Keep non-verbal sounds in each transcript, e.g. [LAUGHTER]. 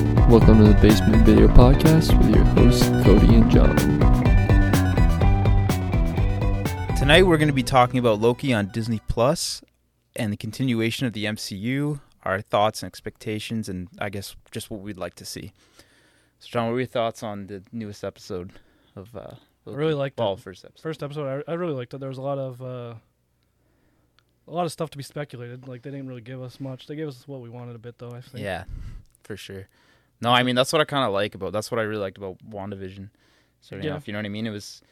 another Basement Video Podcast with your hosts, Cody and John. Tonight we're going to be talking about Loki on Disney Plus and the continuation of the MCU, our thoughts and expectations, and I guess just what we'd like to see. So, John, what were your thoughts on the newest episode of uh, I Loki? really liked well, it. first episode. First episode, I, I really liked it. There was a lot of uh, a lot of stuff to be speculated. Like they didn't really give us much. They gave us what we wanted a bit, though. I think. Yeah, for sure. No, I mean that's what I kind of like about. That's what I really liked about WandaVision. Starting Yeah. off, you know what I mean? It was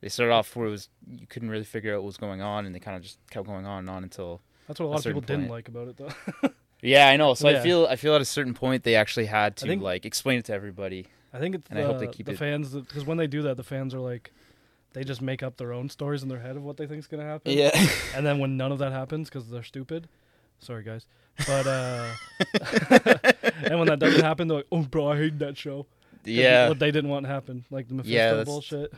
they started off where it was you couldn't really figure out what was going on, and they kind of just kept going on and on until That's what a A lot of certain people didn't point. like about it, though. [LAUGHS] Yeah, I know. So I Yeah. feel I feel at a certain point they actually had to think- like explain it to everybody. I think it's And the, I hope they keep the it- fans because when they do that, the fans are like, they just make up their own stories in their head of what they think's gonna happen. And then when none of that happens because they're stupid, sorry guys. [LAUGHS] But uh, [LAUGHS] and when that doesn't happen, they're like, oh bro, I hate that show. 'Cause [LAUGHS] yeah, What they didn't want happened, like the Mephisto Yeah, that's- bullshit.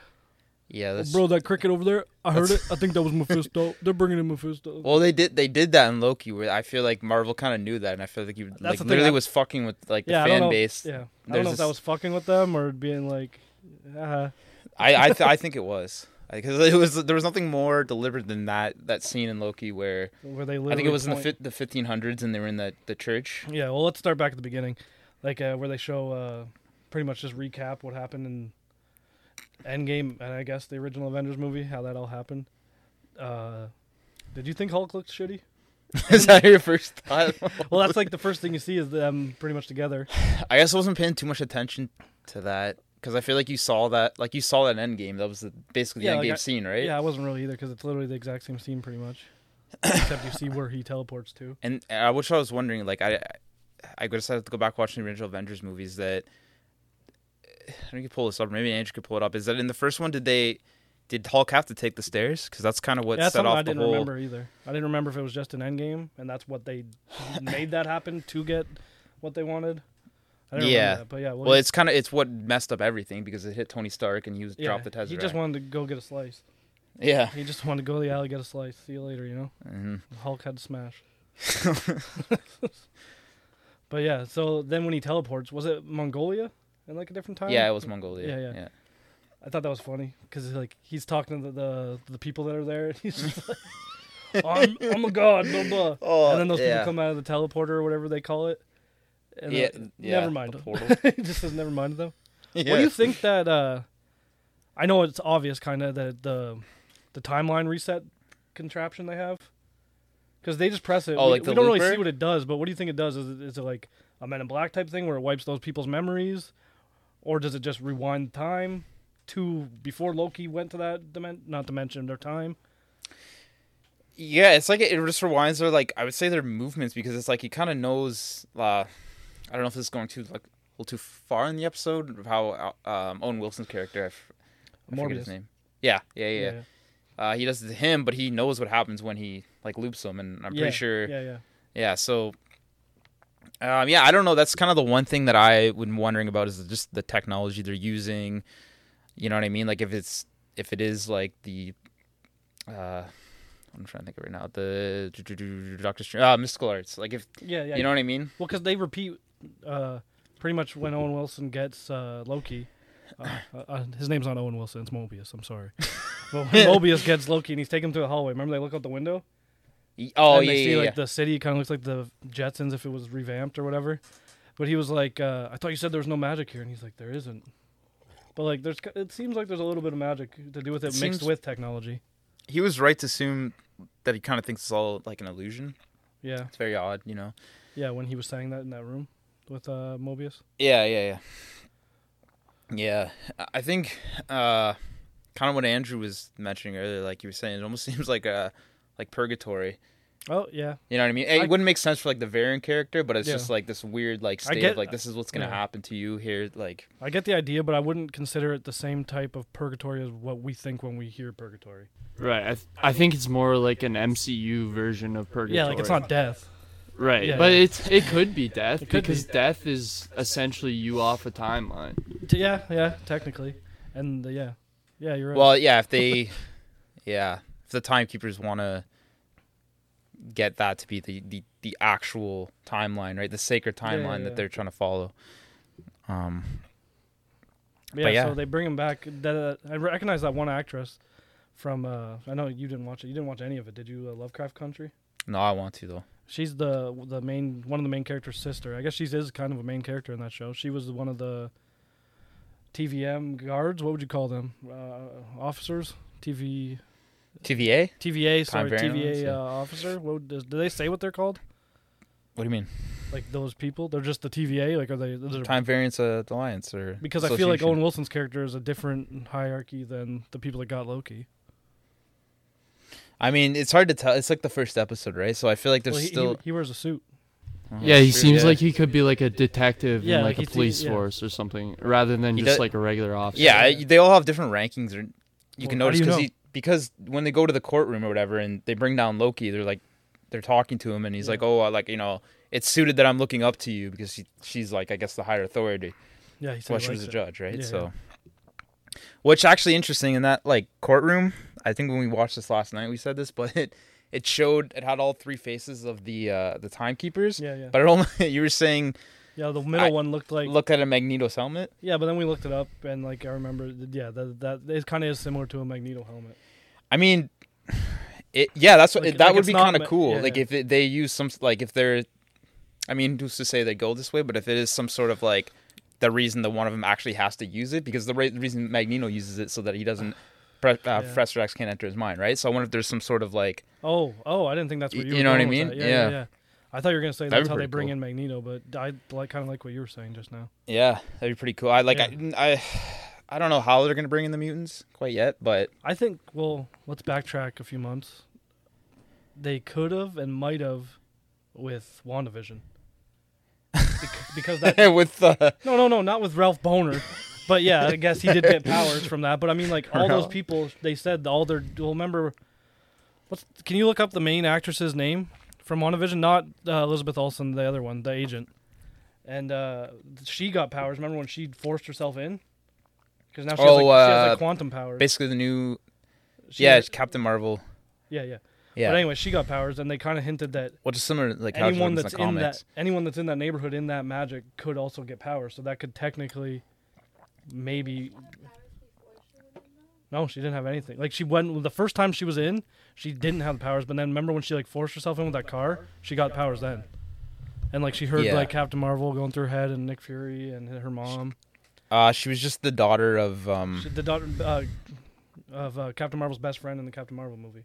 yeah. That's, Bro, that cricket over there, I heard it. I think that [LAUGHS] was Mephisto. They're bringing in Mephisto. well, they did they did that in Loki where I feel like Marvel kind of knew that, and I feel like he like, the thing, literally I- was fucking with like the Yeah, I don't fan know- base. yeah, I there's don't know if that this- was fucking with them or being like, uh, I I, th- I think it was [LAUGHS] because it was there was nothing more deliberate than that that scene in Loki where where they I think it was in the point- fi- the fifteen hundreds and they were in the the church. [LAUGHS] Yeah, well, let's start back at the beginning, like uh, where they show uh, pretty much just recap what happened in Endgame and I guess the original Avengers movie, how that all happened. Uh, did you think Hulk looked shitty? Is that your first thought? Well, that's like the first thing you see is them pretty much together. [SIGHS] I guess I wasn't paying too much attention to that because I feel like you saw that, like you saw that end game. That was the, basically the Yeah, end like game I- scene, right? [CLEARS THROAT] Yeah, I wasn't really either because it's literally the exact same scene pretty much, except you see where he teleports to. And I wish I was wondering, like I, I just had to go back watching the original Avengers movies. That I don't could pull this up. or Maybe Andrew could pull it up. Is that in the first one? Did they, did Hulk have to take the stairs? Because that's kind of what Yeah, that's set something off I didn't the whole. remember either. I didn't remember if it was just an Endgame and that's what [LAUGHS] they made that happen to get what they wanted. I didn't Yeah. remember that, but yeah, Well, it's kind of it's what messed up everything because it hit Tony Stark and he was dropped the Tesseract. He just wanted to go get a slice. yeah. He just wanted to go to the alley get a slice. See you later, you know. hmm Hulk had to [LAUGHS] smash. [LAUGHS] but yeah, so then when he teleports, was it Mongolia in like a different time? Yeah, it was Mongolia. Yeah, yeah. I thought that was funny because like he's talking to the, the the people that are there. And he's just like, [LAUGHS] I'm, I'm a god, blah blah. Oh, and then those yeah. people come out of the teleporter or whatever they call it. And Yeah, they're- yeah, never mind. [LAUGHS] the [LAUGHS] them. portal. He just says never mind them. Yeah. What do you think that? uh I know it's obvious, kind of that the the timeline reset contraption they have because they just press it. Oh, we, like the we don't looper? really see what it does, but what do you think it does? Is it, is it like a Men in Black type thing where it wipes those people's memories, or does it just rewind time to before Loki went to that dimension? Not dimension, their time. Yeah, it's like it it just rewinds their like I would say their movements because it's like he kind of knows. Uh, I don't know if this is going too like a little too far in the episode of how uh, um, Owen Wilson's character, I, f- I forget his Morbius. name. Yeah, yeah, yeah. yeah. Uh, he does it to him, but he knows what happens when he like loops him, and I'm Yeah, pretty sure. Yeah. Yeah, yeah. so. Um, yeah, I don't know. That's kind of the one thing that I would wondering about is just the technology they're using. You know what I mean? Like if it's if it is like the uh I'm trying to think of right now. The Doctor Strange, uh, mystical arts. Like if Yeah, yeah. you know what I mean. Well, because they repeat uh, pretty much when Owen Wilson gets uh, Loki. Uh, uh, uh, his name's not Owen Wilson; it's Mobius. [LAUGHS] I'm sorry. but when Mobius gets Loki and he's taking him to the hallway, remember they look out the window? Y- Oh and yeah, they see yeah, like yeah. the city kind of looks like the Jetsons if it was revamped or whatever. But he was like, uh, "I thought you said there was no magic here," and he's like, "There isn't." But like, there's it seems like there's a little bit of magic to do with it, It mixed seems- with technology. He was right to assume that he kind of thinks it's all like an illusion. Yeah, It's very odd, you know. yeah. When he was saying that in that room with uh, Mobius. Yeah, yeah, yeah. Yeah, I- I think uh, kind of what Andrew was mentioning earlier. Like you were saying, it almost [LAUGHS] seems like a like purgatory. Oh yeah, You know what I mean? It I- wouldn't make sense for like the variant character, but it's Yeah. just like this weird like I state of get- like this is what's gonna yeah. happen to you here. Like I get the idea, but I wouldn't consider it the same type of purgatory as what we think when we hear purgatory. Right. I, th- I think it's more like an MCU version of Purgatory. Yeah, like it's not death. Right. yeah, but yeah. it's it could be death could because death is essentially you off a timeline. T- yeah, yeah, technically, and uh, yeah, yeah, you're right. Well, yeah, [LAUGHS] if they, yeah, if the timekeepers want to get that to be the, the the actual timeline, right, the sacred Yeah, yeah, timeline yeah. that they're trying to follow. Um, Yeah, But yeah. so they bring him back. That, I recognize that one actress from. Uh, I know you didn't watch it. You didn't watch any of it, did you? Uh, Lovecraft Country. no, I want to though. She's the the main one of the main character's sister. I guess she is kind of a main character in that show. She was one of the TVM guards. What would you call them? Uh, officers. TV TVA? TVA. Covariant Sorry, ones, TVA yeah. uh, officer. What would- does, do they say what they're called? What do you mean? Like those people? They're just the TVA. Like are they? is it a- Time variance uh, alliance or because I feel like Owen association? Wilson's character is a different hierarchy than the people that got Loki. I mean, it's hard to tell. It's like the first episode, right? So I feel like there's Well, he, he- still. he wears a suit. Oh, Yeah, he true, seems yeah. like he could be like a detective Uh-huh. Yeah, in like like a he- police yeah. force or something, rather than He just does- like a regular officer. Yeah, I- they all have different rankings, or you Well, can how do notice you because know? he because when they go to the courtroom or whatever, and they bring down Loki, they're like, they're talking to him, and he's Yeah. like, "Oh, I like you know, it's suited that I'm looking up to you because she, she's like, I guess the higher authority." Yeah, he said Well, he she was a likes it. judge, right? Yeah, so, which actually interesting in that like courtroom. I think when we watched this last night, we said this, [LAUGHS] but it it showed it had all three faces of the uh the timekeepers. Yeah, yeah. But it only [LAUGHS] you were saying yeah, the middle I- one looked like look at a Magneto's helmet. yeah, but then we looked it up and like I remember, th- yeah, that that it kind of is similar to a Magneto helmet. I mean, it yeah, that's what Like- that like would it's be not kind ma- of cool. yeah, like yeah. if it, they use some like if they're, I mean, who's to say they go this way? But if it is some sort of like the reason that one of them actually has to use it because the re- reason Magneto uses it so that he [SIGHS] doesn't. Pre- uh, Professor X can't enter his mind, right? So I wonder if there's some sort of like Oh, oh, I didn't think that's Y- what you. Were you know what going I with mean? that. Yeah, yeah. Yeah. yeah. I thought you were gonna say That'd that's be how they pretty bring cool. in Magneto, but I like kind of like what you were saying just now. Yeah, that'd be pretty cool. I like I, I I don't know how they're gonna bring in the mutants quite yet, but [LAUGHS] I think well, let's backtrack a few months. They could have and might have with WandaVision. [LAUGHS] Bec- because that with the No, no, no, not with Ralph Boner. But yeah, I guess he did get powers from that. But I [LAUGHS] mean, like all those Ralph. people, they said all their. Well, remember, what's? Can you look up the main actress's name from WandaVision? Not uh, Elizabeth Olsen, the other one, the agent. And uh, she got powers. Remember when she forced herself in? Because now she, has, Oh, like, she has uh, like quantum powers. basically the new She yeah has- Captain Marvel. yeah, yeah. Yeah, But anyway, she got powers, and they kind of hinted that well, just similar like how it anyone was that's in in, the comics. that anyone that's in that neighborhood in that magic could also get power. So that could technically, maybe. No, she didn't have anything. Like she went the first time she was in, she didn't have the powers. But then remember when she like forced herself in with that car, she got powers then. And like she heard Yeah. like Captain Marvel going through her head and Nick Fury and her mom, Uh, she was just the daughter of um she, the daughter uh, of uh, Captain Marvel's best friend in the Captain Marvel movie.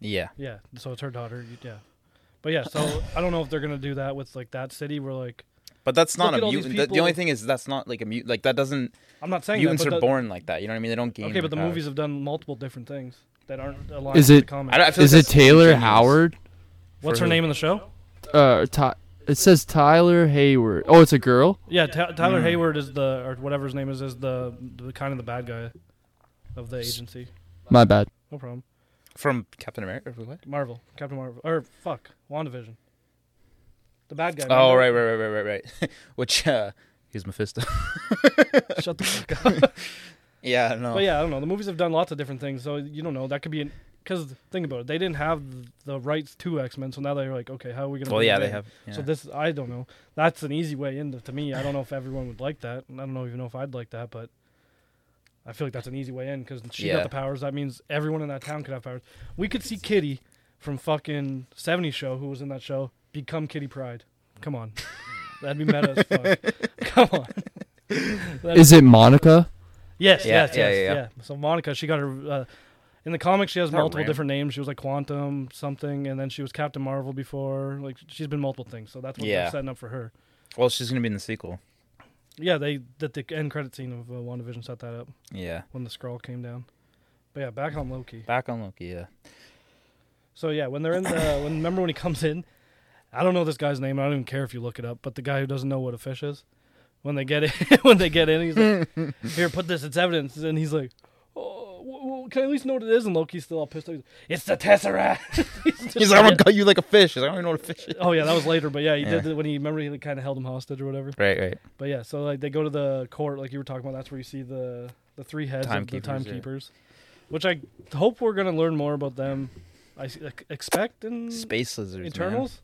yeah Yeah, so it's her daughter. y- Yeah, but yeah, so I don't know if they're gonna do that with like that city where like but that's not Look at a all these mutant. The, the people- only thing is that's not like a mutant. Like that doesn't I'm not saying mutants that, but are the- born like that. You know what I mean? They don't gain. Okay, but the their powers. movies have done multiple different things that aren't aligned Is with it- the comic. I don't- I feel like Is it that's Taylor ingenious. Howard? What's for her who? name in the show? Uh, Ty- it says Tyler Hayward. Oh, it's a girl. Yeah, Ta Tyler Hmm. Hayward is the or whatever his name is is the, the kind of the bad guy of the agency. My bad. No problem. from Captain America. or What? Marvel, Captain Marvel, or fuck, WandaVision. The bad guy. Oh right, remember? right, right, right, right, right. [LAUGHS] Which uh, he's [LAUGHS] Mephisto. Shut the fuck up. [LAUGHS] yeah, no. But yeah, I don't know. The movies have done lots of different things, so you don't know. That could be an because think about it. They didn't have the rights to X Men, so now they're like, okay, how are we gonna? Well, bring yeah, it they in? have. Yeah. So this, I don't know. That's an easy way in to me. I don't know if everyone would like that. and I don't know even know if I'd like that, but I feel like that's an easy way in because she Yeah. got the powers. That means everyone in that town could have powers. We could see Kitty from fucking 70 show who was in that show become Kitty Pride. Come on. That'd be meta as [LAUGHS] fuck. Come on. That'd Is it Monica? Yes, Yeah, yes, yeah, yes, yeah, yeah, yeah. So Monica, she got her. Uh, in the comics, she has Not multiple Ram. different names. She was like Quantum something, and then she was Captain Marvel before. Like she's been multiple things, so that's what Yeah. they're setting up for her. Well, she's gonna be in the sequel. Yeah, they that the end credit scene of uh, WandaVision set that up Yeah, when the scroll came down. But yeah, back on Loki. back on Loki. [LAUGHS] Yeah. So yeah, when they're in [COUGHS] the when remember when he comes in, I don't know this guy's name. I don't even care if you look it up. But the guy who doesn't know what a fish is, when they get in, [LAUGHS] when they get in, [LAUGHS] he's like, "Here, put this. It's evidence." And he's like, "Oh, w- w- can I at least know what it is?" And Loki's still all pissed off. He's like, It's [LAUGHS] the tesseract. He's He's just- like, I'm gonna cut you like a fish. He's like, I don't even know what a [LAUGHS] fish is. Oh yeah, that was later. But yeah, he Yeah. did it when he remember he kind of held him hostage or whatever. Right, right. But yeah, so like they go to the court, like you were talking about. That's where you see the the three heads of the Timekeepers, yeah. timekeepers, which I hope we're gonna learn more about them. I s- ex- expect in Space lizards. man. Mm. Eternals.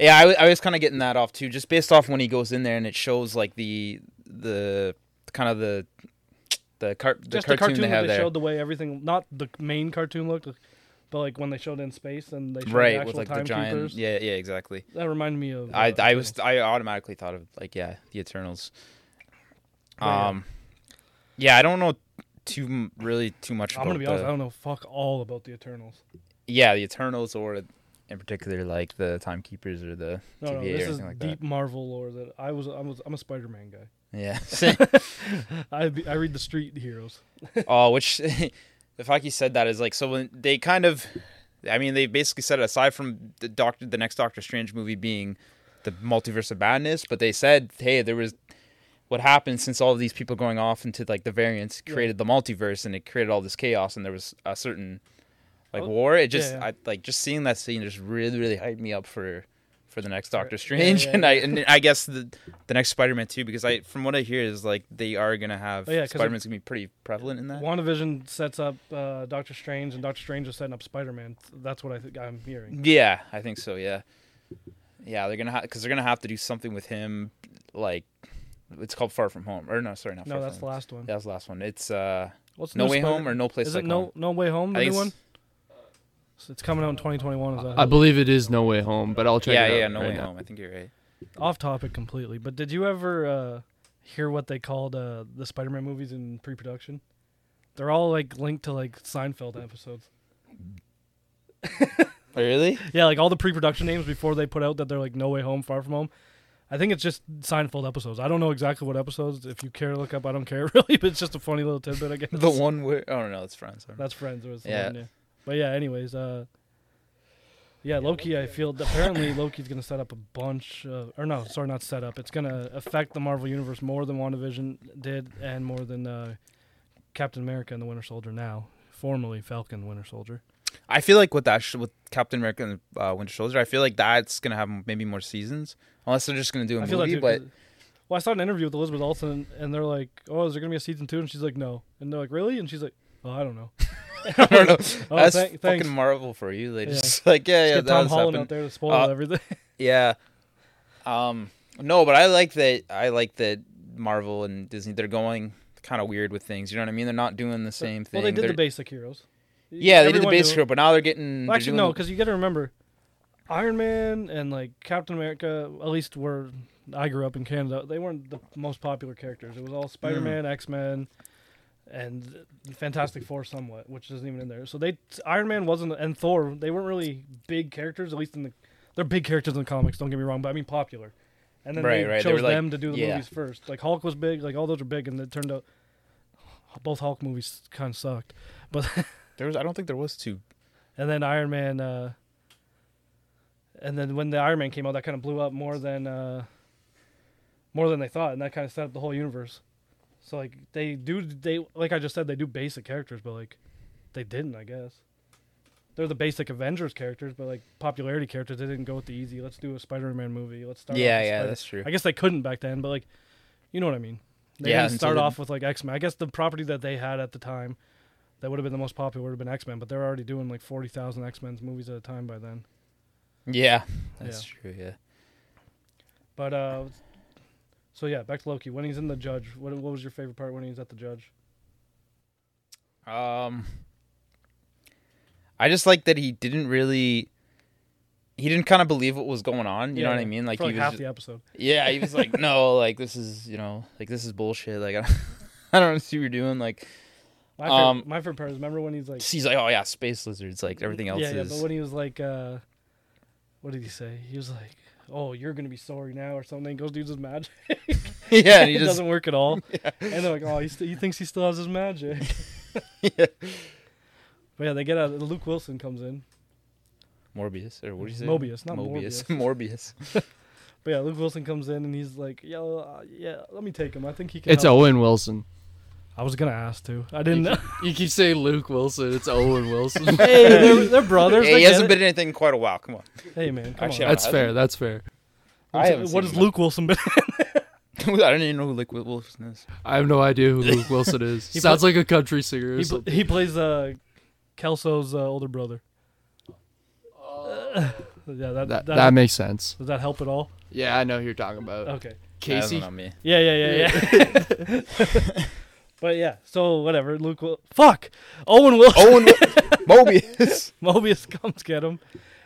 Yeah, I, wa- I was kind of getting that off too, just based off when he goes in there and it shows like the the kind of the the, car- the Just cartoon, the cartoon they that have they there. showed the way everything, not the main cartoon looked, but like when they showed it in space and they showed the right actual with like the giant timekeepers. yeah yeah exactly That reminded me of. i uh, i was i automatically thought of like yeah the eternals But Oh, yeah. um yeah i don't know too m- really too much I'm about gonna be honest. the- I don't know fuck all about the Eternals. yeah the eternals or in particular like the timekeepers or the No, TVA no, or this is anything like that. deep Marvel lore that I was. I was. I'm a [LAUGHS] Spider-Man guy. [LAUGHS] yeah I be- I read the street heroes. Oh, which [LAUGHS] the fact you said that is like so when they kind of, I mean, they basically said aside from the Doctor, the next Doctor Strange movie being the multiverse of madness, but they said, hey, there was what happened since all of these people going off into like the variants Yeah. created the multiverse and it created all this chaos and there was a certain like Oh, war. It just yeah, yeah. I, like just seeing that scene just really really hyped me up for for the next Doctor yeah, Strange yeah, [LAUGHS] and I and I guess the the next Spider Man too because I from what I hear is like they are gonna have Oh, yeah, 'cause it- Spider Man's gonna be pretty prevalent in that. WandaVision sets up uh, Doctor Strange, and Doctor Strange is setting up Spider-Man. That's what I think I'm hearing. Yeah, I think so. Yeah, yeah, they're gonna because they're gonna have to do something with him. Like, it's called Far From Home, or no, sorry, not No, Far that's the From Home. last one. That was the last one. It's uh, What's Mm-hmm. No Way Home or No Place Is Like it No Home. No Way Home? I The new think one. it's- So It's coming out in 2021. Is that I believe it is No Way Home, but I'll check. yeah, it out yeah, No right Way now. Home. I think you're right. off topic completely? But did you ever uh, hear what they called uh, the Spider-Man movies in pre-production? They're all like linked to like Seinfeld episodes. Really? Yeah, like all the pre-production names before they put out that they're like No Way Home, Far From Home. I think it's just Seinfeld episodes. I don't know exactly what episodes. If you care to look up, I don't care [LAUGHS] really. But it's just a funny little tidbit, I guess. [LAUGHS] The one where oh no, it's Friends. sorry. That's Friends. Was the Yeah. one, yeah. But yeah, anyways, uh, yeah, Loki. I feel [COUGHS] apparently Loki's gonna set up a bunch, of, or no, sorry, not set up. It's gonna affect the Marvel universe more than WandaVision did, and more than uh, Captain America and the Winter Soldier now, formerly Falcon Winter Soldier. I feel like with that sh- with Captain America and uh, Winter Soldier, I feel like that's gonna have maybe more seasons, unless they're just gonna do a I movie. feel like, but well, I saw an interview with Elizabeth Olsen, and they're like, "Oh, is there gonna be a season two? And she's like, "No," and they're like, "Really?" And she's like, "Oh, I [LAUGHS] don't know." [LAUGHS] I don't know. Oh, that's thank- thanks. fucking Marvel for you. They Yeah. just [LAUGHS] like yeah, yeah, Let's get that Tom was Holland happening. out there to spoil Uh, [LAUGHS] everything. [LAUGHS] Yeah. Um no, but I like that I like that Marvel and Disney they're going kind of weird with things. You know what I mean? They're not doing the same thing. well, they did They're- the basic heroes. Yeah, they did the Everyone basic knew- group, but now they're getting Well, they're actually, doing no, the- because you got to remember, Iron Man and like Captain America. At least where I grew up in Canada, they weren't the most popular characters. It was all Spider Mm. Man, X Men, and Fantastic Four, somewhat, which isn't even in there. So they Iron Man wasn't and Thor. They weren't really big characters. At least in the they're big characters in the comics. Don't get me wrong, but I mean popular. And then they Right, right, they chose were, like- them to do the yeah. movies first. Like Hulk was big. Like all those are big, and it turned out both Hulk movies kind of sucked. But there was I don't think there was two. and then Iron Man. Uh, and then when the Iron Man came out, that kind of blew up more than uh, more than they thought, and that kind of set up the whole universe. So like they do, they like I just said, they do basic characters, but like they didn't, I guess. They're the basic Avengers characters, but like popularity characters, they didn't go with the easy. Let's do a Spider-Man movie. Let's start. off Yeah, with yeah, Spider-" that's true. I guess they couldn't back then, but like, you know what I mean. They Yeah, didn't and so start the- off with like X Men. I guess the property that they had at the time that would have been the most popular would have been X Men, but they're already doing like forty thousand X Men's movies at a time by then. Yeah. That's true, yeah. But uh, so yeah, back to Loki. When he's in the judge, what what was your favorite part when he's at the judge? Um, I just like that he didn't really, he didn't kind of believe what was going on. You know Yeah, what I mean? Like For like he was, half ju- the episode. Yeah, he was [LAUGHS] like, no, like this is, you know, like this is bullshit. Like [LAUGHS] I don't, I don't see what you're doing. Like My favorite, Um, my favorite part is remember when he's like he's like, oh yeah, space lizards. Like [LAUGHS] everything else yeah, yeah. is. [LAUGHS] But when he was like, uh, what did he say? He was like, "Oh, you're gonna be sorry now" or something. Goes dudes his magic. yeah, and it he just doesn't work [LAUGHS] at all. And they're like, "Oh, he, st- he thinks he still has his magic." [LAUGHS] Yeah. But yeah, they get out. Luke Wilson comes in. Morbius or what do you say? Mobius, not [LAUGHS] Morbius. But yeah, Luke Wilson comes in and he's like, "Yeah, uh, yeah, let me take him. I think he can." It's help. Owen Wilson. I was gonna ask too. I didn't. know. [LAUGHS] You keep saying Luke Wilson. It's [LAUGHS] Owen Wilson. hey, they're, they're brothers. Hey, I he get hasn't it. been in anything in quite a while. Come on. [LAUGHS] Hey man, come Actually, on. That's fair. That's fair. I haven't What's- what seen has him. Luke Wilson been? [LAUGHS] I don't even know who Liquid Wilson is. I have no idea who Luke Wilson is. [LAUGHS] He Sounds like a country singer. Or he, pl- [LAUGHS] something. he plays uh, Kelso's uh, older brother. yeah, that That, that, Uh, [LAUGHS] that makes sense. does that help at all? Yeah, I know who you're talking about. Okay, That wasn't Casey. on me. Yeah, yeah, yeah, yeah. [LAUGHS] but yeah, so whatever. Luke, will- fuck Owen Wilson. Owen [LAUGHS] Mobius. [LAUGHS] Mobius comes get him,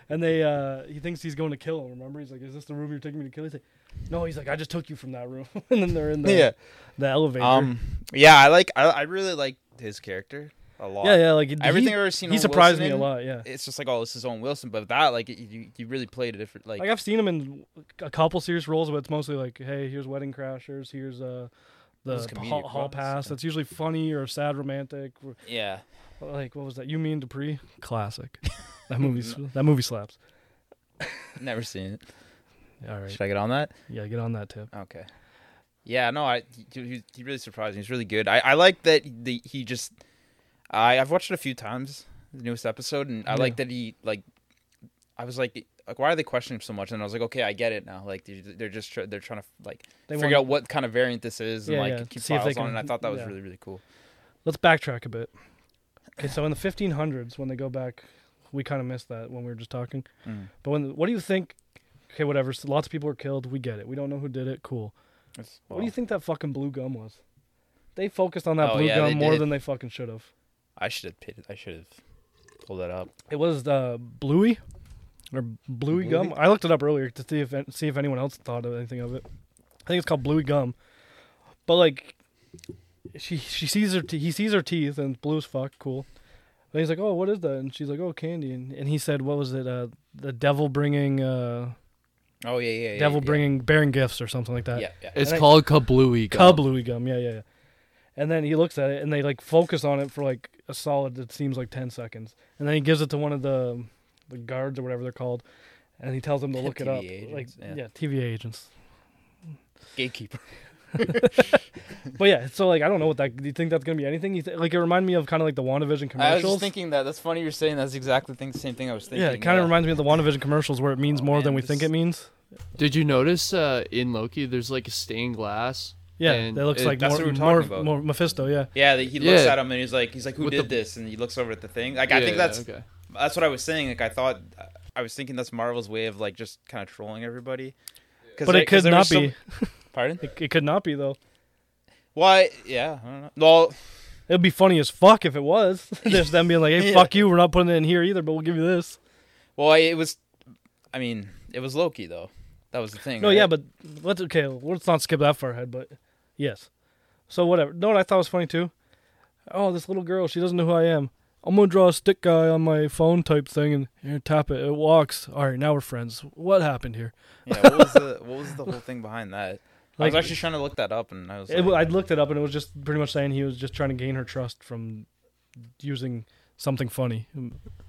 and they uh he thinks he's going to kill him. Remember, he's like, "Is this the room you're taking me to kill?" He's like, "No." He's like, "I just took you from that room," [LAUGHS] and then they're in [LAUGHS] the yeah. the elevator. Um. Yeah, I like. I, I really like his character a lot. yeah, yeah, like he- Everything He, I've ever seen. he Owen surprised Wilson me a in, lot. Yeah, It's just like, oh, this is Owen Wilson, but that, like, it- you, you really played a different, like, like I've seen him in a couple serious roles, but it's mostly like, "Hey, here's Wedding Crashers. Here's uh." The Those comedic hall, hall roles, pass. yeah. That's usually funny or sad, romantic. or- yeah. Like what was that? You mean Dupree? Classic. [LAUGHS] That movie's that movie slaps. Never seen it. All right. Should I get on that? Yeah, get on that tip. Okay. Yeah, no, I he, he, he really surprised me. He's really good. I, I like that the he just I I've watched it a few times the newest episode, and I Yeah. like that he like I was like like why are they questioning him so much? And I was like, okay, I get it now. Like they- they're just tr- they're trying to like They figure out what kind of variant this is and Yeah, like yeah, keep see if they files on. it. can- And I thought that was yeah. really really cool. Let's backtrack a [CLEARS THROAT] bit. Okay, so in the 1500s, when they go back, we kind of missed that when we were just talking. Mm. But when, what do you think? Okay, whatever. So lots of people were killed. We get it. We don't know who did it. Cool. That's- What do well, you think that fucking blue gum was? They focused on that Oh, blue yeah, they gum more did. than they fucking should have. I should have paid, I should have pulled that up. It was uh, bluey or bluey, Bluey? gum. I looked it up earlier to see if see if anyone else thought of anything of it. I think it's called bluey gum. But like, she she sees her te- he sees her teeth and it's blue as fuck. Cool. And he's like, oh, what is that? And she's like, oh, candy. And, and he said, what was it? Uh, the devil bringing uh, Oh yeah yeah yeah, devil yeah, bringing bearing gifts or something like that. yeah yeah. It's And I- called Kablooey. Gum. Cub Louis gum, yeah, yeah, yeah. And then he looks at it, and they like focus on it for like a solid. It seems like ten seconds, and then he gives it to one of the the guards or whatever they're called, and he tells them to look it TVA up. like agents, yeah. yeah, TVA agents. [LAUGHS] Gatekeeper. But yeah, so like I don't know what that. Do you think that's gonna be anything? You th- like it reminded me of kind of like the WandaVision commercials. I was just thinking that. That's funny you're saying. That's exactly the same thing I was thinking. yeah, it kind of reminds me of the WandaVision commercials where it means Oh, more man, than we this- think it means. Did you notice uh, in Loki? There's like a stained glass. Yeah, And it looks it- like That's what more, we were more, talking about. more Mephisto. Yeah, Yeah, that he looks Yeah. at him and he's like, he's like, who With did the- this? And he looks over at the thing. Like, I Yeah, think that's okay. that's what I was saying. Like, I thought I was thinking that's Marvel's way of like just kind of trolling everybody. 'Cause but they- it 'cause could there were not some- be. Pardon? It, it could not be though. Why? Yeah, I don't know. Well, It'd be funny as fuck if it was. [LAUGHS] Just them being like, hey, Yeah. fuck you, we're not putting it in here either, but we'll give you this. well, I- it was. I mean, it was Loki though. That was the thing. No, right? yeah, but let's okay, let's not skip that far ahead, but yes. So whatever. No, what I thought was funny too. Oh, this little girl, she doesn't know who I am. I'm gonna draw a stick guy on my phone type thing and here, tap it. It walks. All right, now we're friends. What happened here? yeah. What was the what was [LAUGHS] the whole thing behind that? I was Like- actually trying to look that up, and I was. It, like- [LAUGHS] I looked it up and it was just pretty much saying he was just trying to gain her trust from using something funny.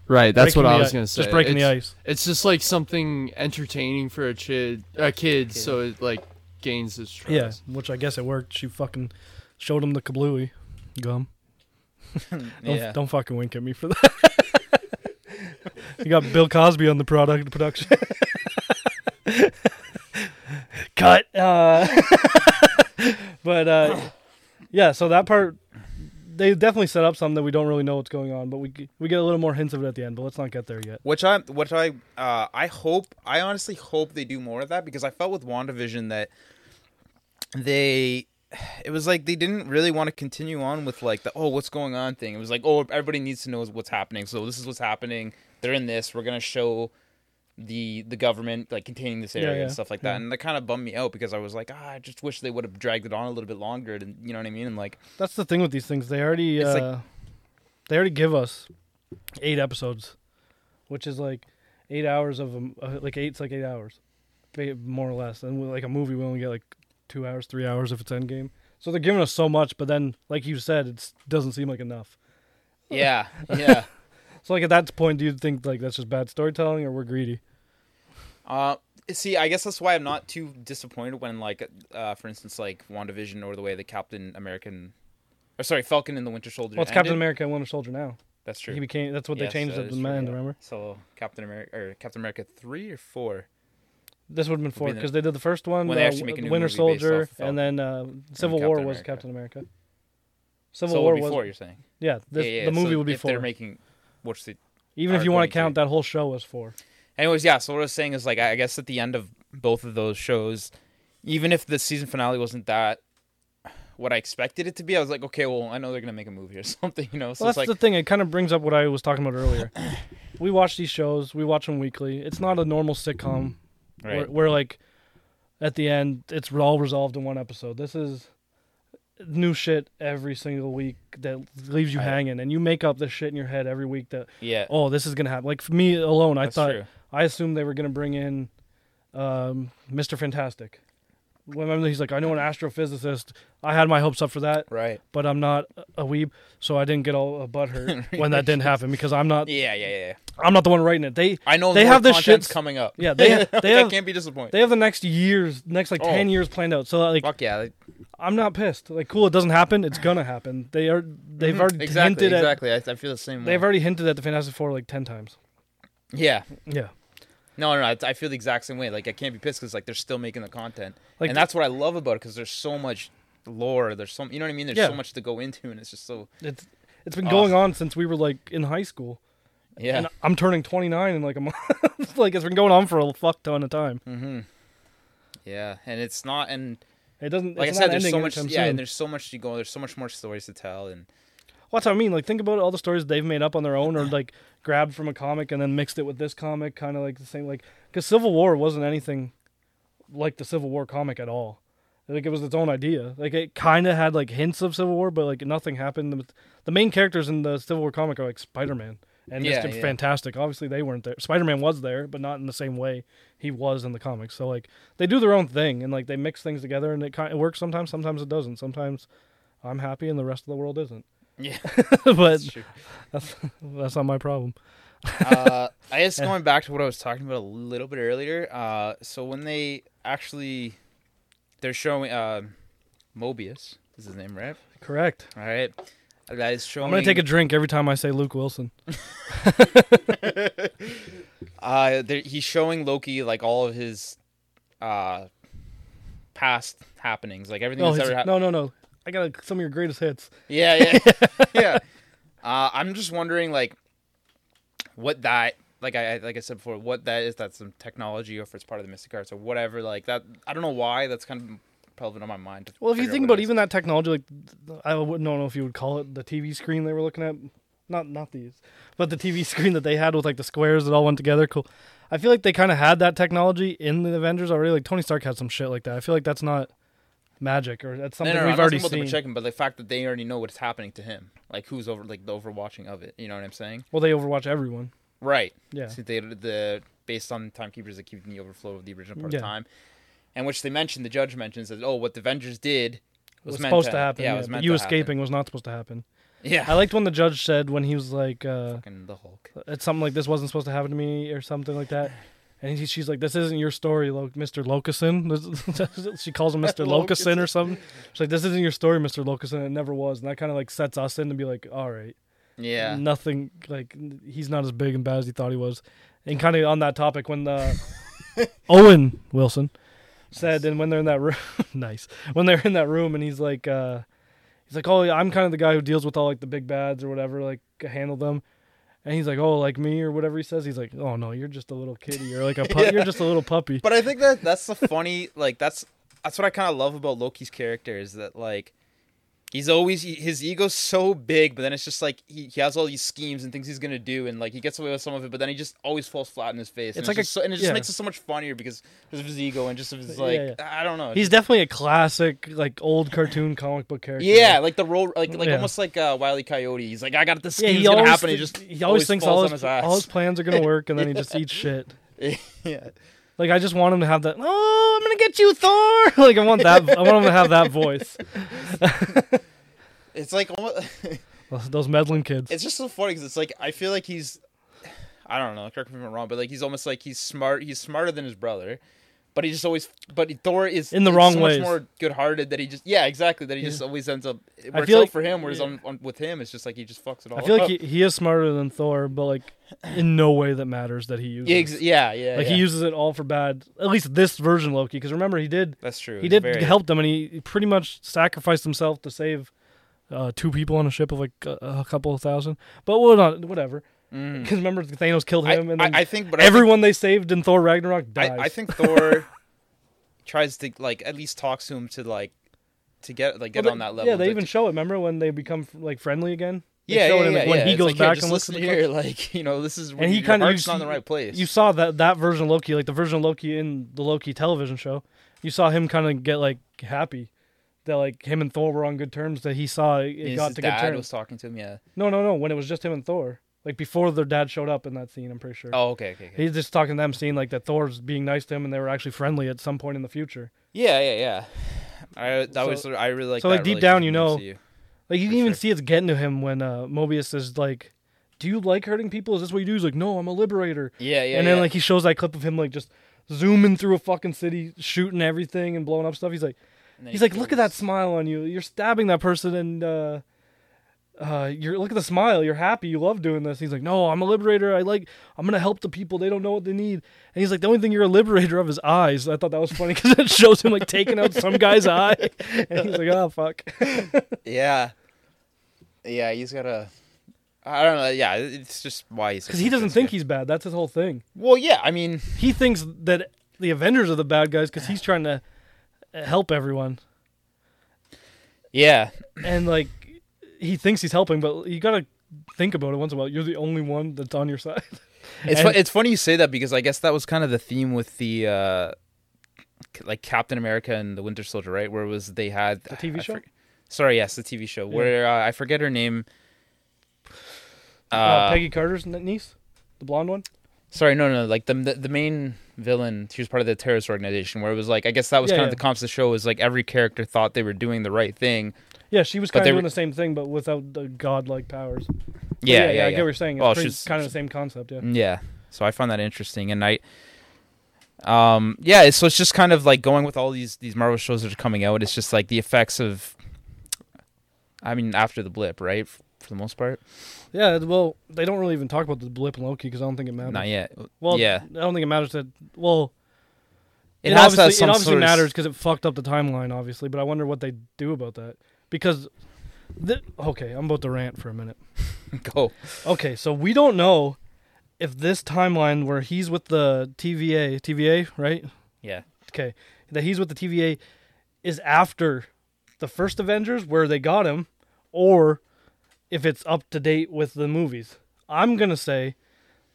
Right. That's Breaking what I the was i- gonna say. Just breaking It's- the ice. It's just like something entertaining for a kid, a kid, so it like gains its trust. Yeah, which I guess it worked. She fucking showed him the kablooey gum. Don't, yeah. don't fucking wink at me for that. [LAUGHS] you got Bill Cosby on the product production. [LAUGHS] Cut. Uh, [LAUGHS] but uh, yeah, so that part they definitely set up something that we don't really know what's going on, but we g- we get a little more hints of it at the end. But let's not get there yet. Which I, which I, uh, I hope, I honestly hope they do more of that because I felt with WandaVision that they, it was like they didn't really want to continue on with like the oh what's going on thing. It was like oh everybody needs to know what's happening, so this is what's happening. They're in this. We're gonna show the the government like containing this area Yeah, yeah, and stuff like that, yeah. and that kind of bummed me out because I was like ah, I just wish they would have dragged it on a little bit longer, and you know what I mean, and like That's the thing with these things. They already It's like- uh, they already give us eight episodes, which is like eight hours of um, uh, like eight's like eight hours, ba- more or less. And with like a movie, we only get like two hours, three hours if it's Endgame. So they're giving us so much, but then like you said, it doesn't seem like enough. yeah, yeah. So like at that point, do you think like that's just bad storytelling or we're greedy? Uh, see, I guess that's why I'm not too disappointed when, like, uh, for instance, like WandaVision or the way the Captain American, or sorry, Falcon and the Winter Soldier. Well, it's Captain ended. America and Winter Soldier now. That's true. He became that's what Yes, they changed that at is the true, end. yeah. Remember, So Captain America or Captain America three or four. this would have been four the- because they did the first one, when they uh, actually make a new Winter movie based Soldier, off of and then uh, Civil Captain War was America. Captain America. Civil so it would War be was four. You're saying Yeah, this, Yeah, yeah, the so movie would be if They're four. making what's the Even if are you want going to to. count that whole show as four. Anyways, yeah. So what I was saying is like I I guess at the end of both of those shows, even if the season finale wasn't that what I expected it to be, I was like, okay, well, I know they're gonna make a movie or [LAUGHS] something, you know. So well, it's like, that's the thing. It kind of brings up what I was talking about earlier. we watch these shows. We watch them weekly. It's not a normal sitcom Mm-hmm. right? where, where like at the end it's all resolved in one episode. This is new shit every single week that leaves you I- hanging, and you make up this shit in your head every week that yeah, oh this is gonna happen. Like for me alone, I that's thought true. I assumed they were gonna bring in um, Mr. Fantastic. Remember, he's like, I know an astrophysicist. I had my hopes up for that, right. but I'm not a weeb, so I didn't get all [LAUGHS] uh, butthurt when that didn't happen because I'm not. Yeah, yeah, yeah. I'm not the one writing it. They I know They more have this content's shit's- coming up. yeah, [LAUGHS] they- Like, they I have- can't be disappointed. they have the next years, next like Oh. ten years planned out. So like, Fuck yeah, like, I'm not pissed. Like, cool, it doesn't happen. It's gonna happen. They are. They've already Hmm. Mm-hmm. exactly, hinted exactly. I, I feel the same. at. way. They've already hinted at the Fantastic Four like ten times. yeah. Yeah. No, no, no, I- I feel the exact same way. Like I can't be pissed because like they're still making the content, Like- and that's what I love about it because there's so much lore. There's so you know what I mean. There's so Yeah. much to go into, and it's just so It's it's been Ugh. going on since we were like in high school. yeah. And I'm turning 29 in like a month. [LAUGHS] like it's been going on for a fuck ton of time. Mm-hmm. Yeah, and it's not, and It doesn't. like I it's said, not there's so ending much. anytime Yeah, soon. and there's so much to go. There's so much more stories to tell, and Well, that's what I mean. Like, think about all the stories they've made up on their own, or like grabbed from a comic and then mixed it with this comic, kind of like the same. Like, because Civil War wasn't anything like the Civil War comic at all. Like, it was its own idea. Like, it kind of had like hints of Civil War, but like nothing happened. The, the main characters in the Civil War comic are like Spider Man and Yeah, Mr. yeah. Fantastic. Obviously, they weren't there. Spider Man was there, but not in the same way he was in the comics. So like, they do their own thing and like they mix things together, and it kind it works sometimes. Sometimes it doesn't. Sometimes. I'm happy and the rest of the world isn't. yeah. [LAUGHS] but that's true. that's that's not my problem. uh, I guess going back to what I was talking about a little bit earlier. Uh, so when they actually, they're showing uh, Mobius is his name, right? Correct. All right, that is showing. I'm gonna take a drink every time I say Luke Wilson. Uh, there, he's showing Loki like all of his, uh, past happenings, like everything No, that's he's- ever happened. Oh, no, no, no. I got some of your greatest hits. Yeah, yeah, [LAUGHS] yeah. Uh, I'm just wondering, like, what that, like I like I said before, what that is. That's some technology, or if it's part of the Mystic Arts, or whatever. Like that, I don't know why. That's kind of probably on my mind. to Well, if you figure out think what about it is. even that technology, like th- I wouldn't don't know if you would call it the TV screen they were looking at. Not not these, but the TV [LAUGHS] screen that they had with like the squares that all went together. Cool. I feel like they kind of had that technology in the Avengers already. Like Tony Stark had some shit like that. I feel like that's not magic or that's No, something no, no, we've I'm not already talking about seen. the checking, but the fact that they already know what's happening to him, like who's over, like the overwatching of it. You know what I'm saying? Well, they overwatch everyone. Right. Yeah. So they the based on timekeepers that keep the overflow of the original part Yeah. of time, and which they mentioned, the judge mentions that oh, what the Avengers did It was, was meant supposed to happen. Yeah, Yeah, it was but meant you to happen. escaping was not supposed to happen. I Yeah, liked when the judge said when he was like, uh, fucking the Hulk. it's something like this wasn't supposed to happen to me or something like that. And he, she's like, "This isn't your story, Lo- Mr. [LAUGHS] Locuson." she calls [LAUGHS] him Mr. Locuson or something. She's like, "This isn't your story, Mr. Locuson. It never was." And that kind of like sets us in to be like, "All right, Yeah, nothing. Like he's not as big and bad as he thought he was." And kind of on that topic, [LAUGHS] when the Owen Wilson said, and when they're in that room, [LAUGHS] nice. When they're in that room, and he's like, uh, he's like, oh, yeah, I'm kind of the guy who deals with all like the big bads or whatever, like handle them. And he's like, oh, like me or whatever he says. He's like, oh no, you're just a little kitty. You're like [LAUGHS] a pu- Yeah. you're just a little puppy. but I think that that's the funny [LAUGHS] like that's that's what I kind of love about Loki's character is that like he's always he- his ego's so big, but then it's just like he, he has all these schemes and things he's gonna do, and like he gets away with some of it, but then he just always falls flat in his face. and It's like a- just so, and it just yeah. makes it so much funnier because because of his ego and just of his Yeah, like yeah. I don't know. He's definitely a classic, like old cartoon comic book character. yeah, like the role, like like Yeah. almost like uh, Wiley Coyote. He's like, I got this yeah. scheme's He gonna always, happen. He thi- just he always thinks falls all on his, his ass. all his plans are gonna work, and then [LAUGHS] he just eats shit. yeah, Like I just want him to have that. Oh, I'm gonna get you, Thor. [LAUGHS] Like I want that. I want him to have that voice. it's like almost. Those meddling kids. it's just so funny because it's like I feel like he's, I don't know, correct me if I'm wrong, but like he's almost like he's smart. He's smarter than his brother, but he just always. But Thor is In the is wrong so ways. Much more good-hearted that he just yeah exactly that he just always ends up. It I works feel out like- for him, whereas yeah. on, on with him it's just like he just fucks it all. I feel up. like he, he is smarter than Thor, but like in no way that matters that he uses. yeah, ex- yeah yeah like yeah. he uses it all for bad. At least this version Loki, because remember he did That's true. he It's did very- help them, and he pretty much sacrificed himself to save uh, two people on a ship of like a, a couple of thousand. But we're not whatever. Mm. Because remember Thanos killed I, him, and I- then I think, but I think- everyone they saved in Thor Ragnarok [LAUGHS] I, dies. I think Thor. tries to like at least talks to him to like to get like Well, get they- on that level. Yeah, they to- even show it. Remember when they become like friendly again? They yeah, show yeah, it in, yeah, like, when yeah. he It's goes like, yeah, back just and looks listen at the here, like you know, this is where And he your kinda- you heart's not in see- the right place. You saw that that version of Loki, like the version of Loki in the Loki television show. You saw him kind of get like happy that like him and Thor were on good terms. That he saw it His got to good dad terms. was talking to him. Yeah. No, no, no. When it was just him and Thor, like before their dad showed up in that scene, I'm pretty sure. Oh, okay, okay, okay. He's just talking to them, seeing like that Thor's being nice to him, and they were actually friendly at some point in the future. Yeah, yeah, yeah. I that was I really like. so, like, that deep relationship down, you in know- MCU. Like you For can even sure. see it's getting to him when uh, Mobius is like, "Do you like hurting people? Is this what you do?" He's like, "No, I'm a liberator." Yeah, yeah. and then yeah. like he shows that clip of him like just zooming through a fucking city, shooting everything and blowing up stuff. He's like, And then he's he like, look at that kills- smile on you. You're stabbing that person, and uh, uh, you're look at the smile. You're happy. You love doing this. He's like, no, I'm a liberator. I like. I'm gonna help the people. They don't know what they need. And he's like, the only thing you're a liberator of is eyes. I thought that was funny [LAUGHS] because it shows him like taking out some guy's eye, and he's like, oh fuck. Yeah. Yeah, he's got a. I don't know. Yeah, it's just why he's. Because he doesn't think he's bad. That's his whole thing. Well, yeah. I mean, He thinks that the Avengers are the bad guys because he's trying to uh, help everyone. yeah. and like he thinks he's helping, but you gotta think about it once in a while. You're the only one that's on your side. [LAUGHS] It's And- fu- it's funny you say that because I guess that was kind of the theme with the uh, c- like Captain America and the Winter Soldier, right? Where it was they had the TV show? sorry, yes, the TV show Yeah. where uh, I forget her name. Uh, Uh, Peggy Carter's n- niece, the blonde one. sorry, no, no, like the, the the main villain. She was part of the terrorist organization. Where it was like, I guess that was Yeah, kind of yeah. the comps of the show. Is like every character thought they were doing the right thing. Yeah, she was But kind of they doing were- the same thing, but without the godlike powers. But Yeah, yeah, yeah. Oh, I get what you're saying. It's Well, pretty, she's- Mm-hmm. kind of the same concept. Yeah, Yeah. So I find that interesting, and I, um, yeah. So it's just kind of like going with all these these Marvel shows that are coming out. It's just like the effects of, I mean, after the blip, right? For the most part, yeah. Well, they don't really even talk about the blip and Loki because I don't think it matters. not yet. Well, yeah, I don't think it matters that. Well, it, has to obviously, have some it obviously sort of- matters because it fucked up the timeline, obviously. But I wonder what they do about that because, th- okay, I'm about to rant for a minute. [LAUGHS] Go. Okay, so we don't know if this timeline where he's with the TVA, TVA, right? Yeah. Okay, that he's with the TVA is after the first Avengers where they got him, or if it's up to date with the movies. I'm gonna say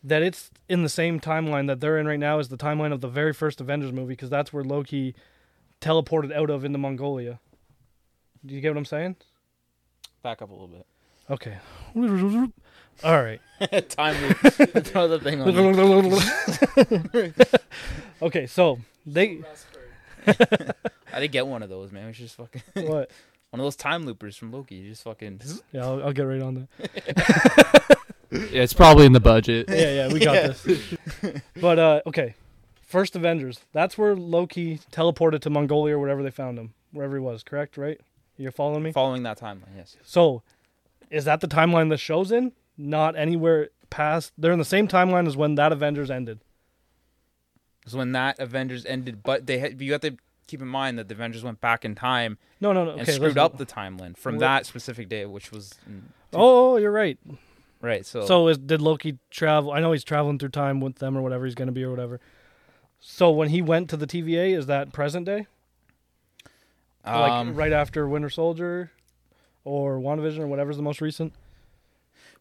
that it's in the same timeline that they're in right now as the timeline of the very first Avengers movie because that's where Loki teleported out of into Mongolia. Do you get what I'm saying? Back up a little bit. Okay. All right. Time loop. [LAUGHS] Throw the thing on. you. [LAUGHS] okay, so they I did get one of those, man. We should just fucking what? one of those time loopers from Loki. You just fucking. Yeah, I'll, I'll get right on that. Yeah, it's probably in the budget. Yeah, yeah, [LAUGHS] we got this. But uh, okay, first Avengers. That's where Loki teleported to Mongolia, or wherever they found him, wherever he was. Correct, right? You're following me. Following that timeline, yes. So, is that the timeline the show's in? Not anywhere past. They're in the same timeline as when that Avengers ended. Because when that Avengers ended, but they had, you have to keep in mind that the Avengers went back in time No, no, no. and Okay, screwed listen. up the timeline from Wh- that specific day, which was mm, Oh, you're right. right. So, So is, did Loki travel? I know he's traveling through time with them or whatever he's going to be or whatever. So when he went to the TVA, is that present day? Like um, right after Winter Soldier or WandaVision or whatever's the most recent?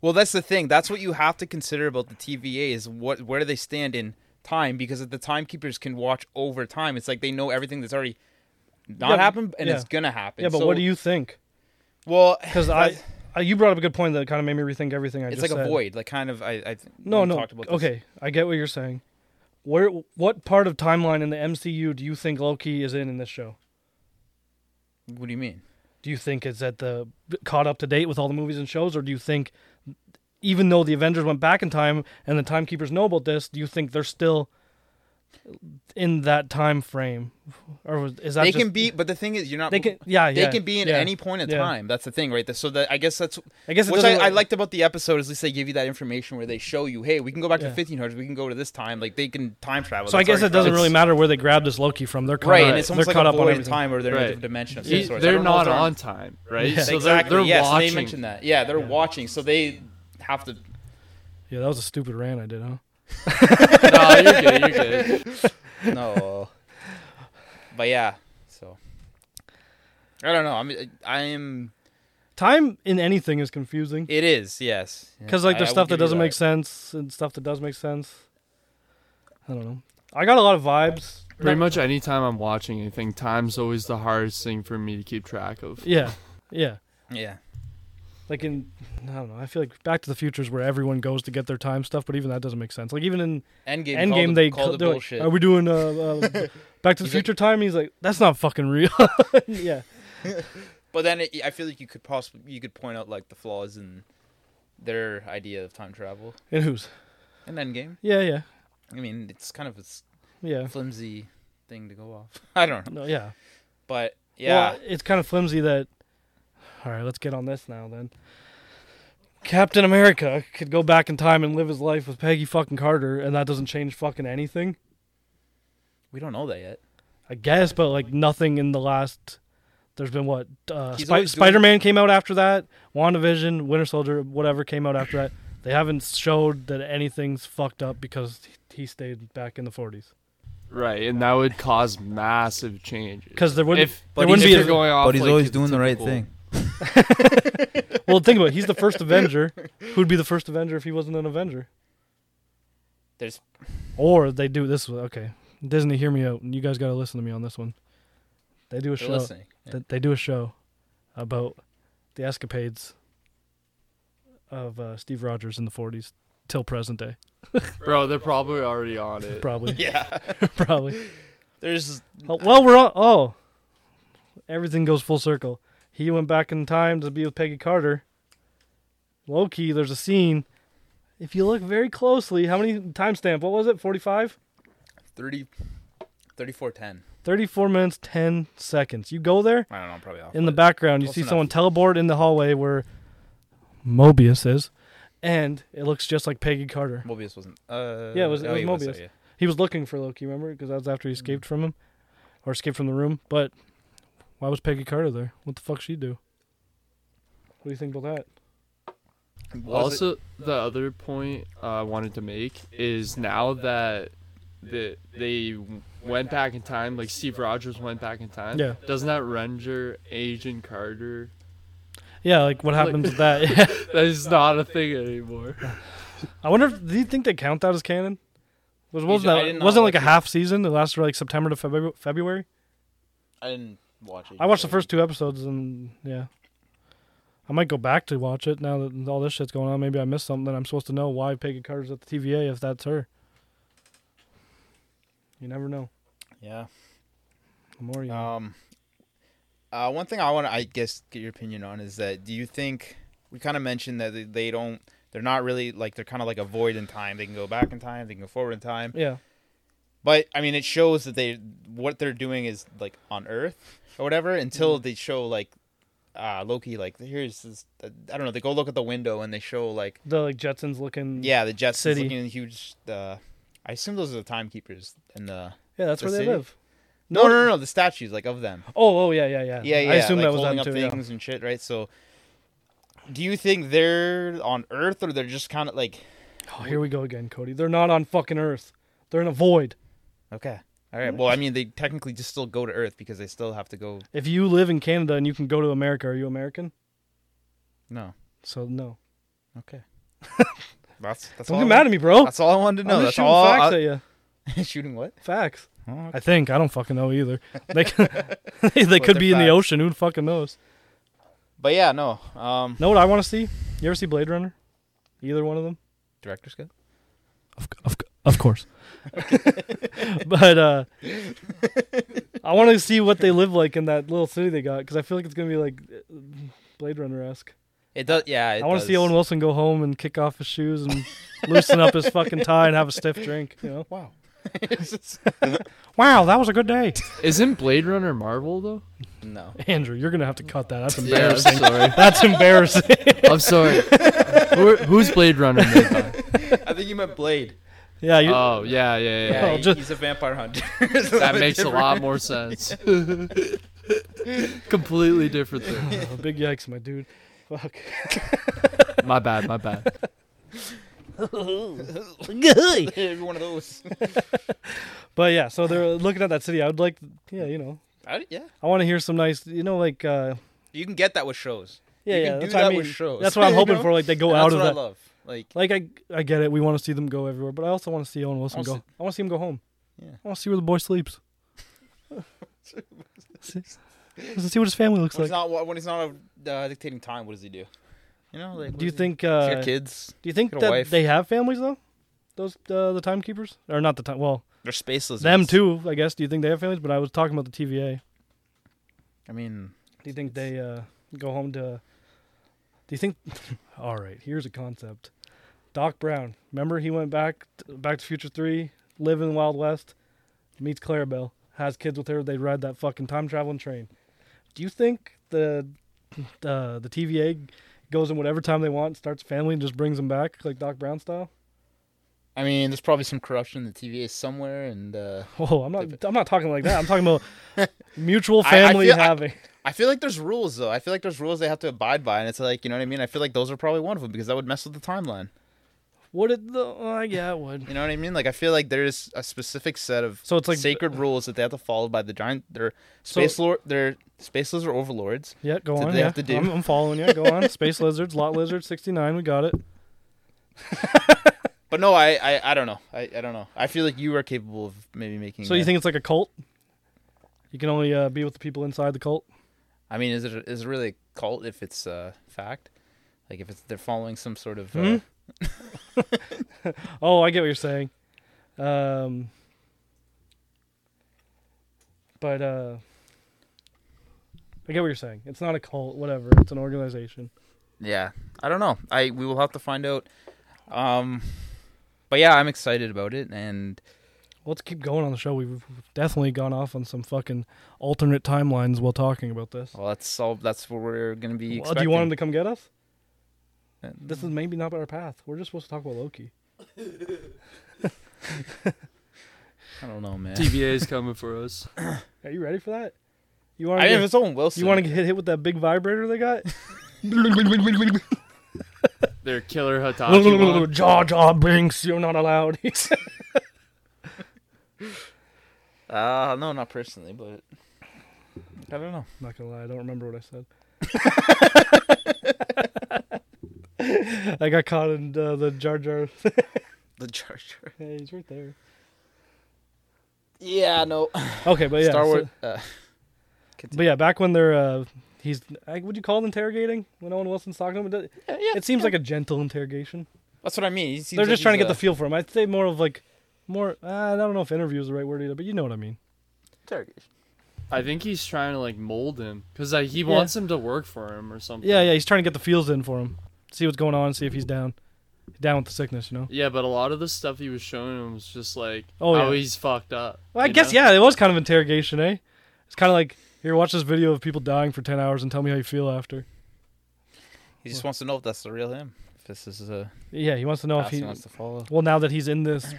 well, that's the thing. That's what you have to consider about the TVA is what where do they stand in time? Because if the timekeepers can watch over time, it's like they know everything that's already not Yeah, but- happened and it's yeah. gonna happen. Yeah, but So- what do you think? Well, Because I, that's- I, you brought up a good point that kind of made me rethink everything I it's just like said. a void, like kind of. I, I No, we no. Talked about this. Okay, I get what you're saying. Where, what part of timeline in the MCU do you think Loki is in in this show? What do you mean? Do you think it's at the caught up to date with all the movies and shows, or do you think, even though the Avengers went back in time and the timekeepers know about this, do you think they're still in that time frame, or was, is that They just- can be, but the thing is, you're not. They can, yeah, They yeah, can be in yeah. any point in yeah. time. That's the thing, right? So that I guess that's I guess it Which I, doesn't- I liked about the episode is at least they give you that information where they show you, hey, we can go back Yeah. to 1500s, we can go to this time. Like they can time travel. So I That's guess already it doesn't traveled. really matter where they grabbed this Loki from. They're caught Right, up- and it's almost they're like caught a up on void in everything. time or they're in Right. a different dimension of some He- sort. I they're don't know if not they're on time, right? Yeah. So exactly. they're, they're yes, watching. they mentioned that. Yeah, they're watching, so they have [LAUGHS] to. Yeah, that was a stupid rant I did, huh? [LAUGHS] no, you're good. You're good. No. but yeah, so I don't know. I'm I am. Time in anything is confusing It is yes because like I- there's I will stuff that give you doesn't make sense and stuff that does make sense. I don't know. I got a lot of vibes. Pretty Not- much anytime I'm watching anything, time's always the hardest thing for me to keep track of. Yeah, yeah. Yeah, Like in, I don't know. I feel like Back to the Future is where everyone goes to get their time stuff, but even that doesn't make sense. Like even in Endgame. Endgame, called they it, called it they're like, bullshit. Are we doing uh, uh, [LAUGHS] Back to He's the like- Future time? He's like, that's not fucking real. [LAUGHS] yeah, but then it, I feel like you could possibly you could point out like the flaws in their idea of time travel and who's? in Endgame. Yeah, yeah, I mean, it's kind of a s- yeah. flimsy thing to go off. [LAUGHS] I don't know, No, yeah. but yeah, Well, it's kind of flimsy that. All right, let's get on this now then. Captain America could go back in time and live his life with Peggy fucking Carter, and that doesn't change fucking anything. we don't know that yet. I guess, but like nothing in the last. There's been what? Uh, He's Spi- always doing- Spider Man came out after that. WandaVision, Winter Soldier, whatever came out after that. They haven't showed that anything's fucked up because he stayed back in the 40s. Right, and that would cause massive changes. Because there wouldn't, if there but wouldn't if be. you're A, going off, but he's like, always the doing the right typical- thing. well, think about it. He's [LAUGHS] the first Avenger. Who'd be the first Avenger if he wasn't an Avenger? There's Or they do this. one- Okay, Disney, hear me out. and You guys got to listen to me on this one. They do a they're show. listening. Yeah. th- They do a show about the escapades of uh, Steve Rogers in the '40s till present day. Bro, they're probably already on it. Probably, [LAUGHS] yeah, [LAUGHS] probably. there's Oh, well, we're on. Oh, everything goes full circle. He went back in time to be with Peggy Carter. Low key, there's a scene. If you look very closely, how many timestamp? What was it? 45? 30, 3410. 34 minutes 10 seconds. You go there, I don't know, I'm probably off. in the but- background, you Close see enough. someone teleport in the hallway where Mobius is, and it looks just like Peggy Carter. Mobius wasn't. Uh, Yeah, it was- it oh, was he Mobius. there, yeah. He was looking for Loki, remember? Because that was after he escaped from him, or escaped from the room. But why was Peggy Carter there? What the fuck she do? What do you think about that? Was it- Also, the other point I wanted to make is now that the, they went back in time, like Steve Rogers went back in time. Yeah. Doesn't that render Agent Carter? Yeah, like what happens with [LAUGHS] that? [LAUGHS] Yeah. That is not a thing anymore. I wonder. If, do you think they count that as canon? Was You wasn't ju- I that- did not wasn't it like watch a half season? It lasted like September to February. February. I didn't watch it. I watched the first two episodes and yeah. I might go back to watch it now that all this shit's going on. Maybe I missed something that I'm supposed to know why Peggy Carter's at the TVA if that's her. You never know. Yeah. The more you know. Um, uh, one thing I want to, I guess, get your opinion on is that do you think we kind of mentioned that they, they don't, they're not really like they're kind of like a void in time. They can go back in time, they can go forward in time. Yeah. But I mean, it shows that they what they're doing is like on Earth or whatever until they show like uh Loki. Like here's this, I don't know. They go look at the window and they show like The like Jetsons looking yeah, the Jets City. looking huge. Uh, I assume those are the timekeepers and the Yeah, that's The where they city? live. no, no, no, no, the statues like of them. Oh, oh yeah, yeah, yeah. Yeah, yeah. I assume like that was holding them up too. yeah. things and shit, right? So, do you think they're on Earth or they're just kind of like Oh, here we go again, Cody. They're not on fucking Earth. They're in a void. okay? All right. Well, I mean, they technically just still go to Earth because they still have to go. If you live in Canada and you can go to America, are you American? No. So no. Okay. that's that's all Don't I get mad at me, bro. That's all I wanted to know. I'm That's just shooting all. facts I- at [LAUGHS] you. shooting what? Facts. Oh, okay. I think I don't fucking [LAUGHS] know either. They could, [LAUGHS] they they're could be in the facts. ocean. Who fucking knows? But yeah, no. Um, Know what I want to see? You ever see Blade Runner? Either one of them? director's cut. Of of, of course. [LAUGHS] but uh, I want to see what they live like in that little city they got because I feel like it's gonna be like uh, Blade Runner esque. It does. Yeah. It I want to see does. Owen Wilson go home and kick off his shoes and loosen up his fucking tie and have a stiff drink. You know? Wow. It's just- [LAUGHS] Wow, that was a good day. Isn't Blade Runner Marvel though? [LAUGHS] no. Andrew, you're gonna have to cut that. That's Yeah, I'm embarrassing. sorry. That's embarrassing. [LAUGHS] I'm [LAUGHS] sorry. Who, who's Blade [LAUGHS] Runner? made by? I think you meant Blade. yeah, Um. [LAUGHS] you, Oh yeah, yeah, yeah. Yeah. Oh, he- just- He's a vampire [LAUGHS] hunter. That [LAUGHS] makes a lot more sense. [LAUGHS] Completely different thing. [LAUGHS] Oh, big yikes, my dude. Fuck. [LAUGHS] My bad, my bad. Every one of those. But yeah, so they're looking at that city. I would like, yeah, you know, I- yeah, I want to hear some nice, you know, like, uh, you can get that with shows. yeah, You yeah. can do that's what that I mean. with shows. That's what I'm [LAUGHS] You hoping know? for. Like they go And out that's of what that. I love. Like, Like I, I get it. We want to see them go everywhere, but I also want to see Owen Wilson Also- go. I want to see him go home. Yeah. I want to see where the [LAUGHS] boy sleeps. [LAUGHS] see, see what his family looks when like. he's not when he's not uh, dictating time, what does he do? You know, like what do you does he- think? He's Uh, got kids? do you think got a that wife. they have families though? Those uh, the timekeepers or not the time? Well, They're spaceless. them too, I guess. Do you think they have families? But I was talking about the TVA. I mean, Do you think they uh, go home to? Do you think? [LAUGHS] All right, here's a concept. Doc Brown, remember he went back t- Back to Future Three, live in the Wild West, meets Clarabelle, has kids with her. They ride that fucking time traveling train. Do you think the uh, the TVA goes in whatever time they want, starts a family, and just brings them back like Doc Brown style? [LAUGHS] I mean, there's probably some corruption in the TVA somewhere, and uh, Oh, I'm not. I'm not talking like that. I'm talking about [LAUGHS] mutual I- I family feel- I- having. I feel like there's rules though. I feel like there's rules they have to abide by, and it's like you know what I mean. I feel like those are probably one of them because that would mess with the timeline. What it? The, oh, yeah, it would. You know what I mean? Like I feel like there's a specific set of So it's like- sacred rules that they have to follow by the giant. Their So- space lord, their spaceless or overlords. Yeah, go Did on. they yeah. have to do? I'm, I'm following you. Go [LAUGHS] on. Space lizards, lot lizard, sixty nine. We got it. But no, I, I, I don't know. I, I don't know. I feel like you are capable of maybe making. So you a- think it's like a cult? You can only uh, be with the people inside the cult. I mean, is it is it really a cult if it's uh, fact? Like if it's they're following some sort of. Hmm? Uh, Oh, I get what you're saying. Um, but uh, I get what you're saying. It's not a cult. Whatever. It's an organization. yeah, I don't know. I we will have to find out. Um, but yeah, I'm excited about it, and Let's keep going on the show. We've definitely gone off on some fucking alternate timelines while talking about this. well, that's all. That's what we're gonna be. Well, do you want him expecting. to come get us? Uh, This is maybe not our path. We're just supposed to talk about Loki. I don't know, man. TVA is coming for us. Are you ready for that? You want? I mean, if it's Owen Wilson, You want to get hit with that big vibrator [LAUGHS] they got? [LAUGHS] Their killer [LAUGHS] Hitachi. one. Jaw Jaw Binks, you're not allowed. [LAUGHS] Uh, no, not personally, but I don't know. not gonna lie, I don't remember what I said. [LAUGHS] I got caught in uh, the Jar Jar. The Jar Jar. hey, he's right there. Yeah, no. Okay, but [LAUGHS] yeah, Star so- Wars. uh, but yeah, back when they're uh, he's I, would you call it interrogating when Owen Wilson's talking to him? It, does- yeah, it seems like a gentle interrogation. that's what I mean. He seems they're like just trying to he's get the a- feel for him. I'd say more of like more. Uh, I don't know if interview is the right word either, but you know what I mean. uh, I think he's trying to like mold him because like he Yeah. wants him to work for him or something. Yeah, yeah, he's trying to get the feels in for him, see what's going on, see if he's down, down with the sickness, you know. Yeah, but a lot of the stuff he was showing him was just like, Oh, oh, yeah. how he's fucked up. Well, I you guess know? yeah, it was kind of interrogation, eh? It's kind of like here, watch this video of people dying for ten hours and tell me how you feel after. He just wants to know if that's the real him. If this is a Yeah, he wants to know path he if Oh, he. wants to follow. Well, now that he's in this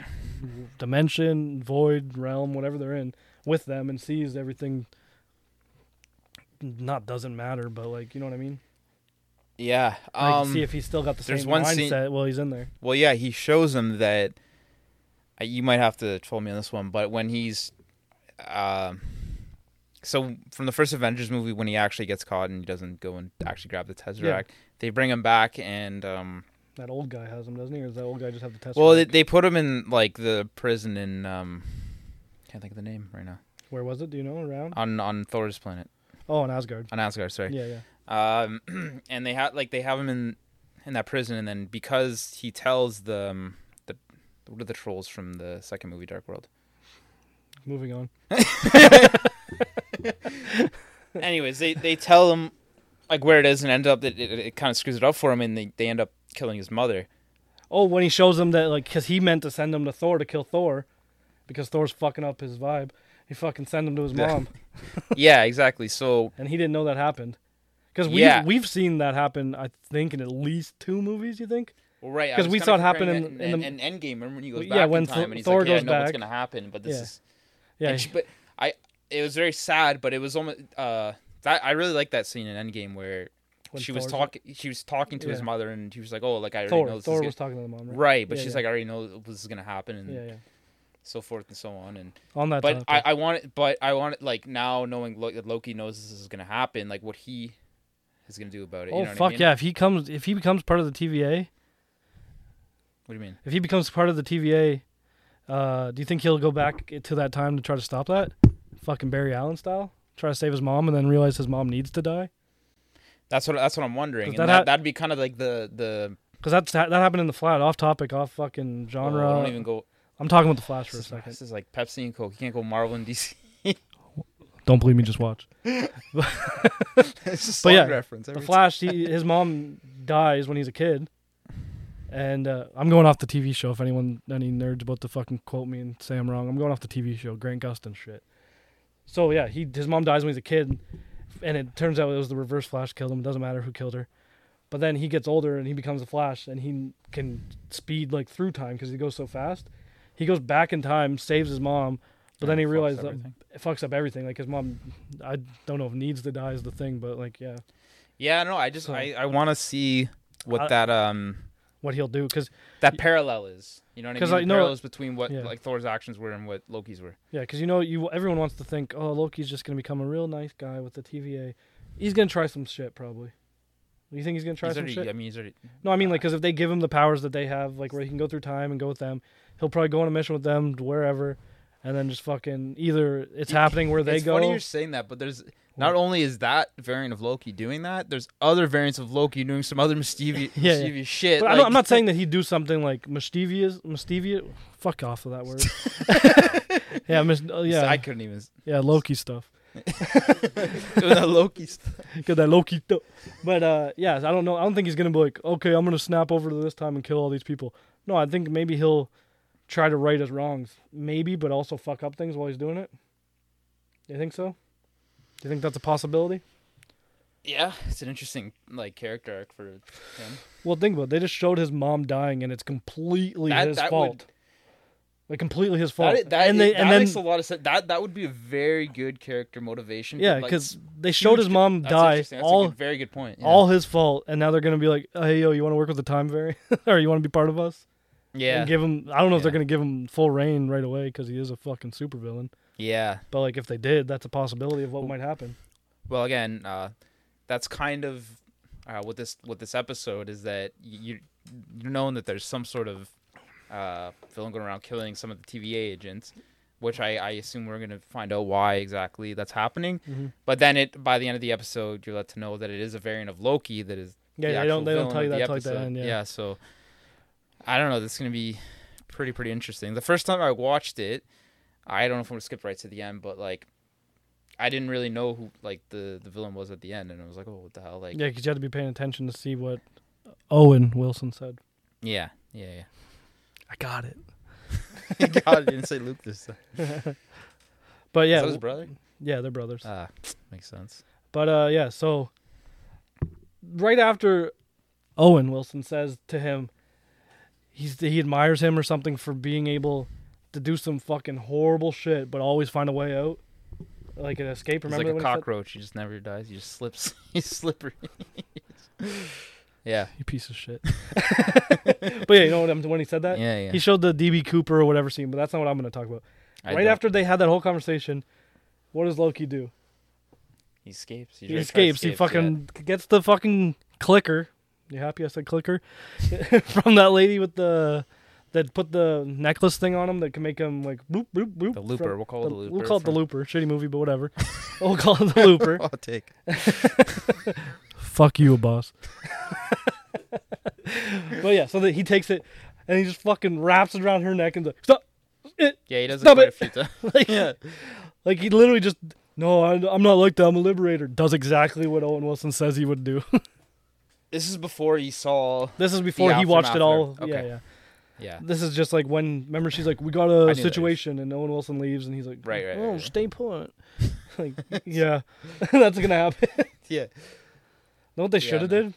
dimension, void realm, whatever they're in, with them and sees everything. Not doesn't matter, but like you know what I mean. Yeah. Like, Um. see if he's still got the there's same one mindset scene- while he's in there. well, yeah. He shows him that. uh, You might have to troll me on this one, but when he's, um, so from the first Avengers movie, when he actually gets caught and he doesn't go and actually grab the Tesseract, they bring him back and um. That old guy has him, doesn't he? Or does that old guy just have the test? Well, they, they put him in like the prison in um, can't think of the name right now where was it? Do you know? Around? on on Thor's planet Oh, in Asgard. on Asgard. Sorry. Yeah, yeah. Um, [CLEARS THROAT] and they have like they have him in in that prison, and then because he tells the um, the what are the trolls from the second movie, Dark [LAUGHS] World. Moving on. Anyways, they they tell him like where it is, and end up that it, it, it kind of screws it up for him, and they they end up killing his [LAUGHS] mother. Oh, when he shows him that, like, because he meant to send him to Thor to kill Thor, because Thor's fucking up his vibe. He fucking sent him to his Yeah. mom, yeah, exactly. So and he didn't know that happened. Because we Yeah. we've seen that happen, I think, in at least two movies. You think? well, right I 'Cause was we kinda saw it happen comparing in- that in the- in, Endgame. Remember when he goes Yeah, back when in time, Thor- and he's Thor like, "Yeah, I goes know what's back." gonna happen," but this Yeah. is Yeah, And she- but I, it was very sad, but it was almost uh that I really like that scene in Endgame where when she was Thor's- talking. She was talking to his Yeah. mother, and she was like, "Oh, like I already know Thor, this Thor is was gonna, talking to the mom, right? right," but Yeah, she's yeah. like, "I already know this is gonna happen," and Yeah, yeah. so forth and so on. And On that but topic. I, I want it. But I want it like now knowing Lo- that Loki knows this is gonna happen. Like what he is gonna do about it. oh you know fuck what I mean? yeah! If he comes, if he becomes part of the TVA, What do you mean? if he becomes part of the TVA, uh, do you think he'll go back to that time to try to stop that? Fucking Barry Allen style, try to save his mom and then realize his mom needs to die. That's what that's what I'm wondering. 'Cause And that that, ha- that'd be kind of like the the Because that's that happened in the flat. Off topic, off fucking well, genre. I don't even go I'm talking about the Flash for a this is- second. This is like Pepsi and Coke. You can't go Marvel and [LAUGHS] DC. Don't believe me? Just watch. it's just song But yeah, reference. The every Flash. He, his mom dies when he's a kid, and uh, I'm going off the TV show. If anyone, any nerds about to fucking quote me and say I'm wrong, I'm going off the TV show. Grant Gustin shit. So yeah, he his mom dies when he's a kid, and it turns out it was the Reverse Flash killed him. It doesn't matter who killed her. But then he gets older and he becomes a Flash, and he can speed like through time because he goes so fast. He goes back in time, saves his mom, but And then he fucks realizes that everything. it fucks up everything. Like his mom, I don't know if needs to die is the thing, but like yeah, Yeah, no, I just So- I, I want to see what I- that um what he'll do because that parallel is. You know what I 'Cause mean? I the know- parallels between what yeah. like Thor's actions were and what Loki's were. Yeah, because you know, you everyone wants to think, oh, Loki's just gonna become a real nice guy with the TVA. He's gonna try some shit, probably. You think he's gonna try He's some already, uh, shit? I mean, he's already. No, I mean, like, because if they give him the powers that they have, like where he can go through time and go with them, he'll probably go on a mission with them to wherever, and then just fucking either it's It- happening where they it's go. funny you're saying that, but there's not only is that variant of Loki doing that, there's other variants of Loki doing some other mischievous, [LAUGHS] Yeah, yeah. mischievous shit. but I'm, not, like- I'm not saying [LAUGHS] that he'd do something like mischievous, mischievous. Fuck off with that [LAUGHS] word. [LAUGHS] yeah, mis- oh, yeah, I couldn't even. [LAUGHS] yeah, Loki stuff. doing that Loki stuff. Got that low key th- But uh, yeah, I don't know. I don't think he's gonna be like, okay, I'm gonna snap over to this time and kill all these people. No, I think maybe he'll try to right his wrongs, maybe, but also fuck up things while he's doing it. You think so? Do you think that's a possibility? Yeah, it's an interesting like character arc for him. Well, think about it. They just showed his mom dying, and it's completely That- his that fault. would- like completely his fault. That, that, and they that and then makes a lot of sense. That that would be a very good character motivation. yeah, like, because they showed his huge- mom that's die. interesting. That's a All good- very good point. yeah. all his fault, and now they're gonna be like, hey yo, you want to work with the time variant, [LAUGHS] or you want to be part of us? yeah, and give him. I don't know if they're Yeah. gonna give him full reign right away because he is a fucking supervillain. yeah. But like if they did, that's a possibility of what might happen. well again uh that's kind of uh what this what this episode is that you you're knowing that there's some sort of uh villain going around killing some of the tva agents which I, I assume we're gonna find out why exactly that's happening, Mhm. but then it by the end of the episode you're let to know that it is a variant of Loki that is the Yeah, they don't. actual They don't villain tell of you the that till like the episode. end. Yeah. yeah, so I don't know. This is gonna be pretty pretty interesting. The first time I watched it, I don't know if I'm gonna skip right to the end, but like I didn't really know who like the the villain was at the end, and I was like, oh, what the hell? Like, Yeah, because you had to be paying attention to see what Owen Wilson said. yeah, yeah. I got it. yeah. [LAUGHS] God, I didn't say Luke this time. But yeah, Is that his w- brother. yeah, they're brothers. Ah, makes sense. But uh, yeah, so right after Owen Wilson says to him, he's he admires him or something for being able to do some fucking horrible shit, but always find a way out, like an escape. He's like Remember a when he said- cockroach. He just never dies. He just slips. [LAUGHS] He's slippery. yeah, You piece [LAUGHS] of shit. but yeah, you know what I'm, when he said that? yeah, yeah. He showed the DB Cooper or whatever scene, but that's not what I'm going to talk about. I right don't- after they had that whole conversation, what does Loki do? he escapes. He escapes. He fucking gets the fucking clicker. You happy I said clicker? [LAUGHS] From that lady with the that put the necklace thing on him that can make him like bloop bloop bloop. the looper. From- we'll call it the the- looper. We'll call it [LAUGHS] the from- looper. Shitty movie, [LAUGHS] but whatever. we'll call it the looper. I'll take. fuck you, boss. [LAUGHS] but yeah, so that he takes it and he just fucking wraps it around her neck and like, stop. [LAUGHS] It. Yeah, he does Stop it quite it. a few times. Like, like he literally just no, I, I'm not like that. I'm a liberator. Does exactly what Owen Wilson says he would do. [LAUGHS] [LAUGHS] This is before he saw. this is before he watched it all. aftermath, Yeah, okay. yeah. Yeah, This is just like when remember she's like, we got knew a that. situation, and Owen Wilson leaves, and he's like, Right, right, right, oh, right. stay put. [LAUGHS] [LAUGHS] like, yeah, [LAUGHS] that's gonna happen. [LAUGHS] yeah. Know what they Yeah, should have man.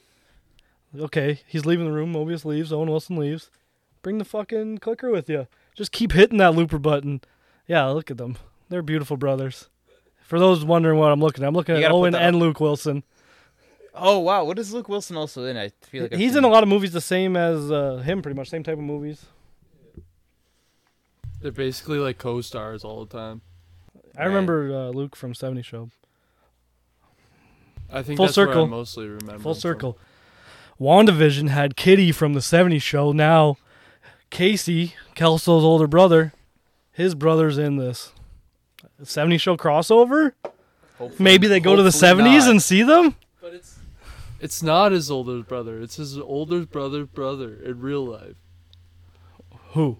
did? Okay, he's leaving the room. Mobius leaves. Owen Wilson leaves. Bring the fucking clicker with you. Just keep hitting that looper button. Yeah, look at them. They're beautiful brothers. For those wondering what I'm looking at, I'm looking You at gotta put Owen that and Luke Wilson. Oh wow, what is Luke Wilson also in? I feel like I've He's seen in a him. [LAUGHS] lot of movies the same as uh, him, pretty much same type of movies. They're basically like co-stars all the time. I Right. remember uh, Luke from Seventy Show. I think Full that's where circle. I mostly remember. Full him from. circle. WandaVision had Kitty from the 70s show. Now, Casey, Kelso's older brother, his brother's in this 70s show crossover. Hopefully- Maybe they go to the Hopefully 70s not. and see them. But it's it's not his older brother. It's his older brother's brother in real life. Who?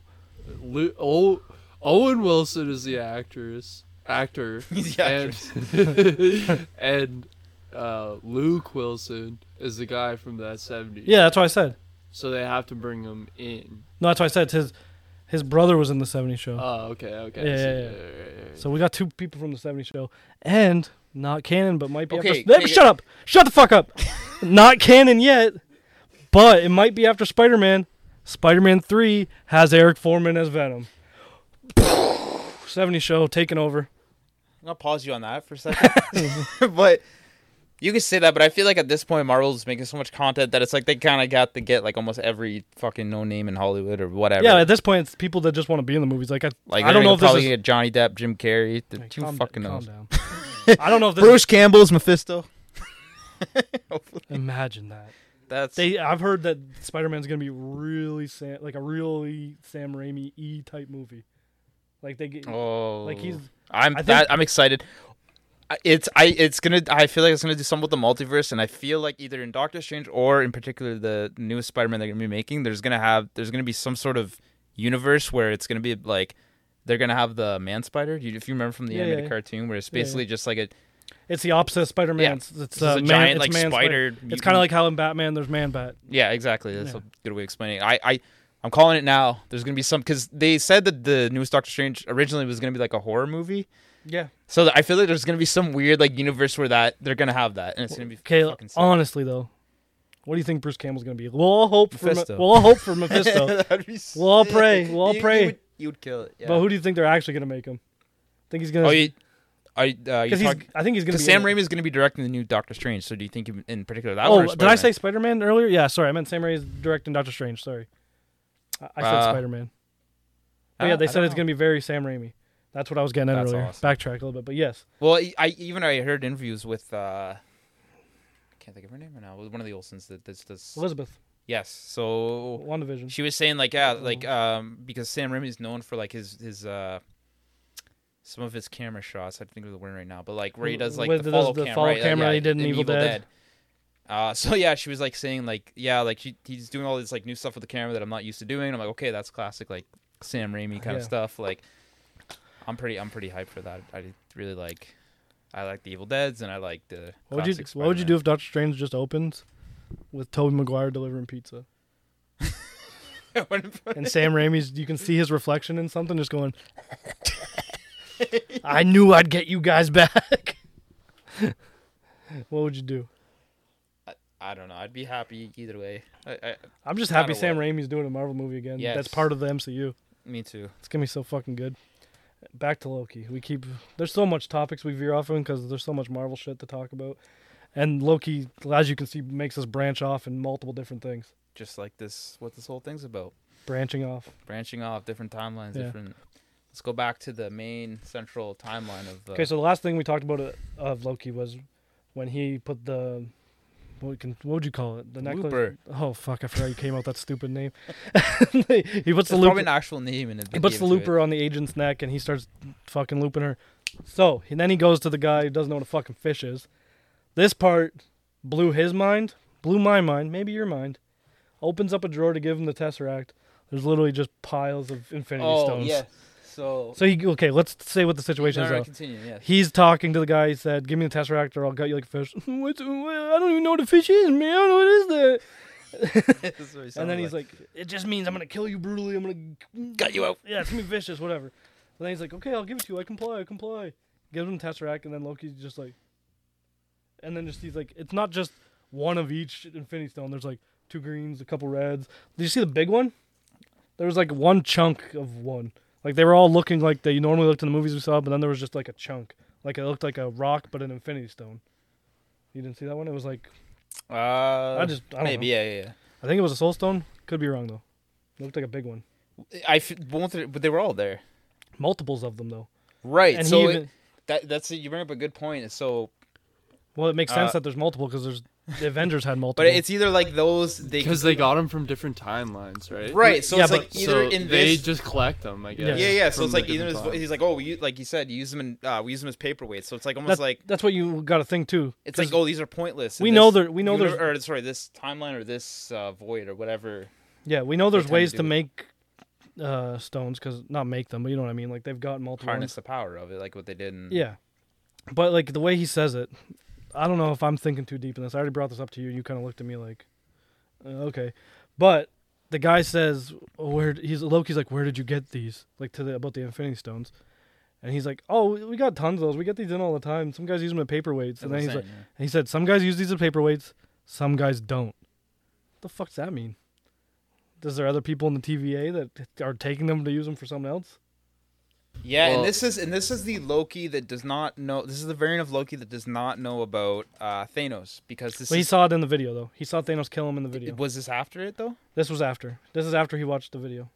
Lu- oh, Owen Wilson is the actress, actor, [LAUGHS] He's the actress. and, [LAUGHS] and uh, Luke Wilson is the guy from that 70s. Yeah, that's what I said. So they have to bring him in. No, that's what I said. It's his his brother was in the 70s show. Oh, okay, okay. Yeah, I see. yeah, yeah. Right, right, right. so we got two people from the 70s show and not canon, but might be Okay, after. okay, shut up. Shut the [LAUGHS] fuck up. not canon yet, but it might be after Spider Man. Spider Man 3 has Eric Foreman as Venom. 70 show taking over. I'm gonna pause you on that for a second. [LAUGHS] but you could say that, but I feel like at this point Marvel's making so much content that it's like they kinda got to get like almost every fucking no name in Hollywood or whatever. Yeah, at this point, it's people that just want to be in the movies. Like, I, like I don't know if this probably is. get Johnny Depp, Jim Carrey, the Hey, two calm- fucking calm knows. [LAUGHS] down. I don't know if this. Bruce Campbell's Mephisto. imagine that. That's They, I've heard that Spider Man's gonna be really Sam, like a really Sam Raimi e type movie. Like they get, oh like he's I'm I think- that, I'm excited. I- It's I it's gonna I feel like it's gonna do something with the multiverse, and I feel like either in Doctor Strange or in particular the newest Spider-Man they're gonna be making, there's gonna have there's gonna be some sort of universe where it's gonna be like they're gonna have the Man Spider. You- If you remember from the Yeah, animated yeah. cartoon, where it's Yeah, yeah. basically just like a, It's the opposite of Spider Man. Yeah. It's, it's, just uh, a man, giant it's like man spider. It's mutant- kind of like how in Batman there's Man Bat. yeah, exactly. That's Yeah. a good way of explaining. It. I I I'm calling it now. There's gonna be some because they said that the newest Doctor Strange originally was gonna be like a horror movie. Yeah. So I feel like there's gonna be some weird like universe where that they're gonna have that, and it's gonna be Okay. fucking sick. [LAUGHS] Honestly though, what do you think Bruce Campbell's gonna be? We'll all hope for. Me- Mephisto. we'll all hope [LAUGHS] for Mephisto. That'd be We'll all sick. pray. We'll all You- you pray. would- You would kill it. Yeah. But who do you think they're actually gonna make him? Think he's oh, gonna? you, are you, uh, you Because he's. talk, I think he's gonna be. cause Sam in it. Raimi is going to be directing the new Doctor Strange. So do you think in- in particular that? one Oh, or did I Spider-Man? say Spider Man earlier? Yeah, sorry, I meant Sam Raimi's directing Doctor Strange. Sorry, I, I said Uh, Spider Man. I Yeah, don't- they I said don't it's know. gonna be very Sam Raimi. That's what I was getting at That's earlier. awesome. Backtrack a little bit, but yes. Well, I, I even I heard interviews with. Uh, I can't think of her name right now. It was one of the Olsons that this does. Elizabeth, Yes. So WandaVision. she was saying like yeah like Oh. um because Sam Raimi is known for like his his uh. Some of his camera shots, I think of the word right now, but like where he does like Where the does follow the cam, follow right? Like, camera yeah, he did in Evil Dead. Uh, so yeah, she was like saying like yeah, like she, he's doing all this like new stuff with the camera that I'm not used to doing. I'm like okay, that's classic like Sam Raimi kind of Yeah. stuff. Like I'm pretty I'm pretty hyped for that. I really like I like the Evil Dead's and I like the. What would you classic What would you Spider-Man. do if Doctor Strange just opens with Tobey Maguire [LAUGHS] delivering pizza and Sam Raimi's? You can see his reflection in something, [LAUGHS] just going. I knew I'd get you guys back. [LAUGHS] what would you do? I don't know. I'd be happy either way. I, I, I'm just No happy matter Sam what. Raimi's doing a Marvel movie again. Yes. That's part of the MCU. me too. It's gonna be so fucking good. Back to Loki. We keep there's so much topics we veer off on because there's so much Marvel shit to talk about, and Loki, as you can see, makes us branch off in multiple different things. Just like this, what this whole thing's about. Branching off. branching off different timelines Yeah. different let's go back to the main central timeline of the Okay, so the last thing we talked about uh, of Loki was when he put the what, can, what would you call it? The necklace. Looper. Oh fuck! I forgot you came out with that stupid name. [LAUGHS] he puts it's the probably looper. an actual name and He puts the looper on the agent's neck and he starts fucking looping her. So, and then he goes to the guy who doesn't know what a fucking fish is. This part blew his mind, blew my mind, maybe your mind. Opens up a drawer to give him the Tesseract. There's literally just piles of Infinity oh Stones. yes so So, he, okay, let's say what the situation no, is. no, though. continue [LAUGHS] yes He's talking to the guy. He said, "Give me the tesseract, or I'll gut you like a fish." [LAUGHS] What's, I don't even know what a fish is, man. I don't know what is [LAUGHS] That's what he that. [LAUGHS] And sounded then he's like, "It just means I'm gonna kill you brutally. I'm gonna Gut you out. Yeah, it's gonna be vicious, whatever." And then he's like, "Okay, I'll give it to you. I comply. I comply." Gives him the tesseract, and then Loki's just like, and then just he's like, "It's not just one of each Infinity Stone. There's like two greens, a couple reds. Did you see the big one? There was like one chunk of one. Like they were all looking like they normally looked in the movies we saw, but then there was just like a chunk. Like it looked like a rock, but an infinity stone. You didn't see that one? It was like Uh, I just I don't maybe know. yeah, yeah, I think it was a soul stone. Could be wrong though. It looked like a big one. yeah. I f- but weren't there- but they were all there, Multiples of them though. right? And so he it- even, that that's it. you bring up a good point. So, well, it makes sense uh, that there's multiple because there's the Avengers had multiple. [LAUGHS] but it's either like those they because they got them from different timelines, right? right. So Yeah, it's like but- either so in they this just collect them, I guess. Yeah, yeah. So from it's the like either different his, times. he's like, oh, we, like you said, you use them in, uh, we use them as paperweights. So it's like almost that's, like that's what you got to think too. it's like, 'cause oh, these are pointless. in we this know there- we know univer- there's- or sorry, this timeline or this uh, void or whatever. yeah, we know there's tend to ways do to, it. make uh stones because not make them, but you know what I mean. Like they've got multiple. ones. Harness the power of it, like what they did in Yeah, but like the way he says it, I don't know if I'm thinking too deep in this. I already brought this up to you. You kind of looked at me like, uh, okay, but the guy says "Oh, where he's Loki's like, where did you get these? Like to the about the Infinity Stones, and he's like, oh, we- we got tons of those. We get these in all the time. Some guys use them in paperweights, That's and what then I'm he's like, saying, yeah. he said some guys use these in paperweights, some guys don't. What the fuck's that mean? Does there other people in the TVA that are taking them to use them for something else? Yeah, Well- and this is and this is the Loki that does not know. This is the variant of Loki that does not know about uh, Thanos because this But he is, saw it in the video though. He saw Thanos kill him in the video. was this after it though. This was after. This is after he watched the video.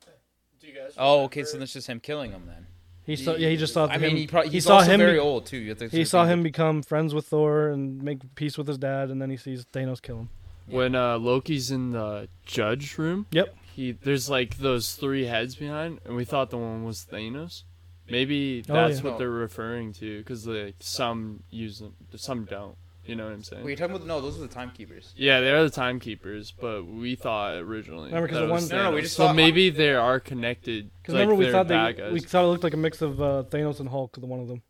Oh, okay, so that's just him killing him then. He saw. Yeah, he just saw. I him, mean, he probably he he's saw also him. very be- old too. You have to he saw him become friends with Thor and make peace with his dad, and then he sees Thanos kill him. when uh, Loki's in the judge room. Yep. He there's like those three heads behind, and we thought the one was Thanos. Maybe Oh, that's yeah. what they're referring to, because like some use them, some don't. You know what I'm saying? Were you talking about no? Those are the timekeepers. Yeah, they are the timekeepers, but we thought originally. Remember, 'cause that the it was one- No, no, no, we Thanos. just so thought- maybe they are connected. Because Like, remember, we they're thought bad they guys. we thought it looked like a mix of uh, Thanos and Hulk. The one of them.